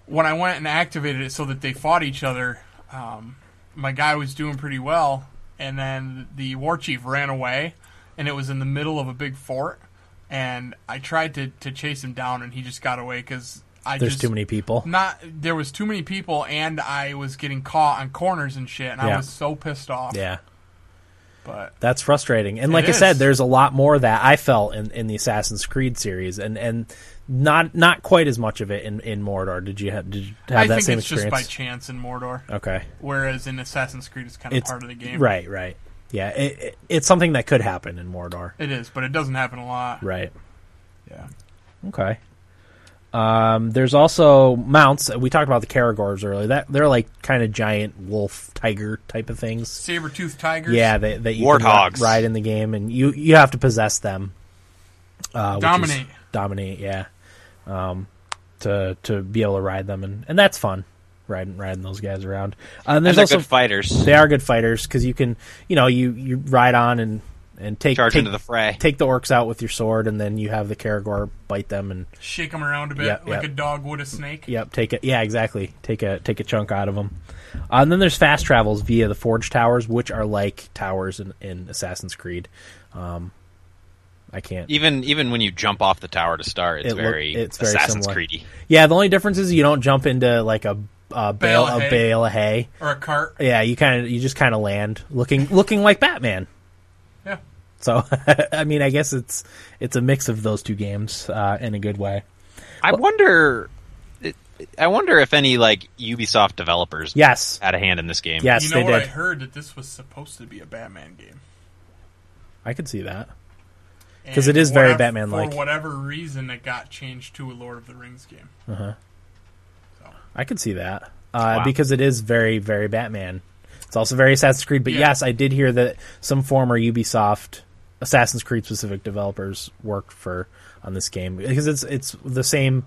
Speaker 4: when I went and activated it so that they fought each other, um, my guy was doing pretty well, and then the war chief ran away, and it was in the middle of a big fort, and I tried to to chase him down, and he just got away because. I
Speaker 3: There's
Speaker 4: just, Mm.
Speaker 3: too many people.
Speaker 4: Not there was too many people, and I was getting caught on corners and shit, and I
Speaker 3: Yeah.
Speaker 4: was so pissed off.
Speaker 3: Yeah.
Speaker 4: But
Speaker 3: That's frustrating. And like I
Speaker 4: is.
Speaker 3: said, there's a lot more that I felt in, in the Assassin's Creed series and, and not not quite as much of it in, in Mordor. Did you have did you have
Speaker 4: I
Speaker 3: that
Speaker 4: think
Speaker 3: same
Speaker 4: it's
Speaker 3: experience?
Speaker 4: just by chance in Mordor.
Speaker 3: okay.
Speaker 4: whereas in Assassin's Creed it's kind of part of the game.
Speaker 3: Right, right. Yeah, it, it, it's something that could happen in Mordor.
Speaker 4: It is, but it doesn't happen a lot.
Speaker 3: Right.
Speaker 4: Yeah.
Speaker 3: Okay. Um, there's also mounts. We talked about the Caragors earlier. That they're like kind of giant wolf, tiger type of things.
Speaker 4: Saber-toothed tigers.
Speaker 3: Yeah, they, that you Can
Speaker 5: Warthogs.
Speaker 3: ri- ride in the game, and you you have to possess them. Uh, which is-
Speaker 4: Dominate.
Speaker 3: dominate, yeah. Um, to to be able to ride them, and, and that's fun. Riding riding those guys around. Uh, and
Speaker 5: And
Speaker 3: there's
Speaker 5: they're
Speaker 3: also
Speaker 5: good fighters.
Speaker 3: they are good fighters because you can you know you you ride on and and take
Speaker 5: Charge
Speaker 3: take,
Speaker 5: into the fray.
Speaker 3: take the orcs out with your sword, and then you have the Caragor bite them and
Speaker 4: Shake them around a bit
Speaker 3: Yeah,
Speaker 4: like
Speaker 3: yeah.
Speaker 4: a dog would a snake.
Speaker 3: Yep, take it. Yeah, exactly. Take a take a chunk out of them. Uh, and then there's fast travels via the forge towers, which are like towers in, in Assassin's Creed. Um, I can't.
Speaker 5: even even when you jump off the tower to start, it's
Speaker 3: It look-
Speaker 5: very
Speaker 3: it's very
Speaker 5: Assassin's
Speaker 3: similar.
Speaker 5: Creedy.
Speaker 3: Yeah, the only difference is you don't jump into like a, a bale
Speaker 4: Bale of
Speaker 3: a
Speaker 4: hay.
Speaker 3: bale of hay.
Speaker 4: Or a cart.
Speaker 3: Yeah, you kind of you just kind of land looking looking like Batman.
Speaker 4: Yeah.
Speaker 3: So *laughs* I mean, I guess it's it's a mix of those two games uh, in a good way.
Speaker 5: I wonder. I wonder if any like Ubisoft developers
Speaker 3: Yes,
Speaker 5: had a hand in this game.
Speaker 3: yes,
Speaker 4: you know
Speaker 3: they
Speaker 4: what
Speaker 3: did.
Speaker 4: I heard that this was supposed to be a Batman game.
Speaker 3: I could see that.
Speaker 4: 'Cause
Speaker 3: it is
Speaker 4: what
Speaker 3: very
Speaker 4: if-
Speaker 3: Batman-like.
Speaker 4: For whatever reason it got changed to a Lord of the Rings game.
Speaker 3: I could see that uh,
Speaker 5: Wow.
Speaker 3: because it is very, very Batman. It's also very Assassin's Creed. But
Speaker 4: Yeah.
Speaker 3: yes, I did hear that some former Ubisoft Assassin's Creed specific developers worked for on this game because it's it's the same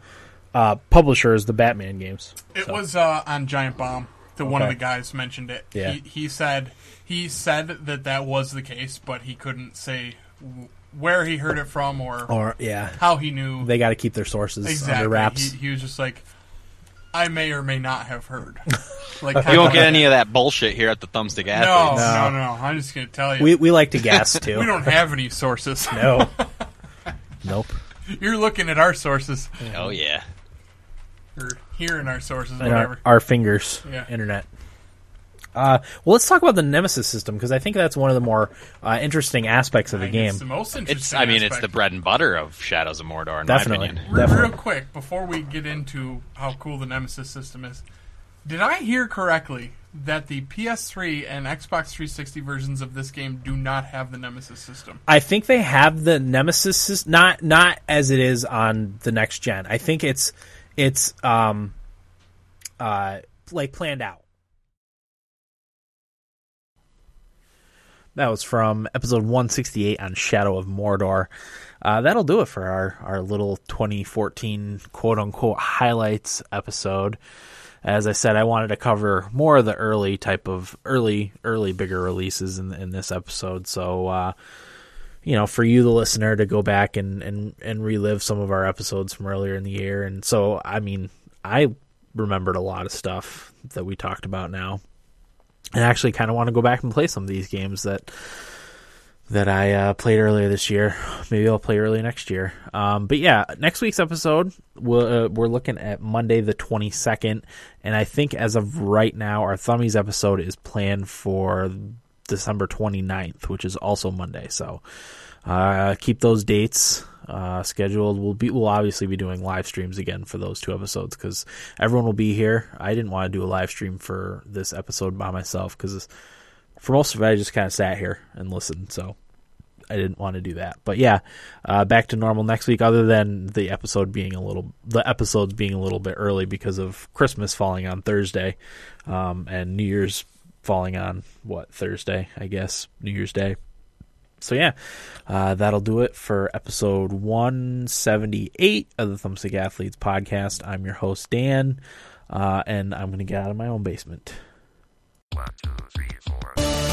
Speaker 3: uh, publisher as the Batman games.
Speaker 4: It was uh, on Giant Bomb. The one of
Speaker 3: Okay.
Speaker 4: the guys mentioned it.
Speaker 3: Yeah.
Speaker 4: He, he said he said that that was the case, but he couldn't say w- where he heard it from or
Speaker 3: Or yeah,
Speaker 4: how he knew
Speaker 3: Oh. they got to keep their sources under wraps.
Speaker 4: He, he was just like, I may or may not have heard. Like
Speaker 5: You won't get any of that bullshit here at the Thumbstick
Speaker 4: No,
Speaker 5: Athletes.
Speaker 4: no, no. I'm just gonna tell you.
Speaker 3: we
Speaker 4: We,
Speaker 3: we like to guess
Speaker 4: *laughs*
Speaker 3: too.
Speaker 4: don't have any sources.
Speaker 3: no. Nope.
Speaker 4: *laughs* You're looking at our sources
Speaker 5: Oh yeah.
Speaker 4: or hearing our sources,
Speaker 3: And
Speaker 4: whatever.
Speaker 3: our, our fingers,
Speaker 4: Yeah.
Speaker 3: internet. Uh, well, let's talk about the Nemesis system because I think that's one of the more uh, interesting aspects of the game.
Speaker 4: It's the most interesting.
Speaker 11: It's I mean it's the
Speaker 4: aspect.
Speaker 11: bread and butter of Shadows of Mordor in
Speaker 3: Definitely,
Speaker 11: my opinion.
Speaker 4: Re-
Speaker 3: definitely.
Speaker 4: Real quick, before we get into how cool the Nemesis system is, did I hear correctly that the PS3 and Xbox 360 versions of this game do not have the Nemesis system?
Speaker 3: I think they have the Nemesis sys- not not as it is on the next gen. I think it's it's um uh like planned out. That was from episode 168 on Shadow of Mordor. Uh, that'll do it for our, our little 2014 quote unquote highlights episode. As I said, I wanted to cover more of the early type of early, early bigger releases in, in this episode. So, uh, you know, for you, the listener, to go back and, and, and relive some of our episodes from earlier in the year. And so, I mean, I remembered a lot of stuff that we talked about now. And I actually kind of want to go back and play some of these games that that I uh, played earlier this year. Maybe I'll play early next year. Um, but yeah, next week's episode, we'll, uh, we're looking at Monday the 22nd. And I think as of right now, our Thummies episode is planned for December 29th, which is also Monday. So uh, keep those dates uh, scheduled. We'll be we'll obviously be doing live streams again for those two episodes because everyone will be here. I didn't want to do a live stream for this episode by myself because for most of it I just kind of sat here and listened. So I didn't want to do that. But yeah, uh, back to normal next week. Other than the episode being a little, the episodes being a little bit early because of Christmas falling on Thursday, um, and New Year's falling on what Thursday, I guess New Year's Day. So yeah, uh, that'll do it for episode 178 of the Thumbstick Athletes podcast. I'm your host Dan, uh, and I'm going to get out of my own basement.
Speaker 12: One, two, three, four.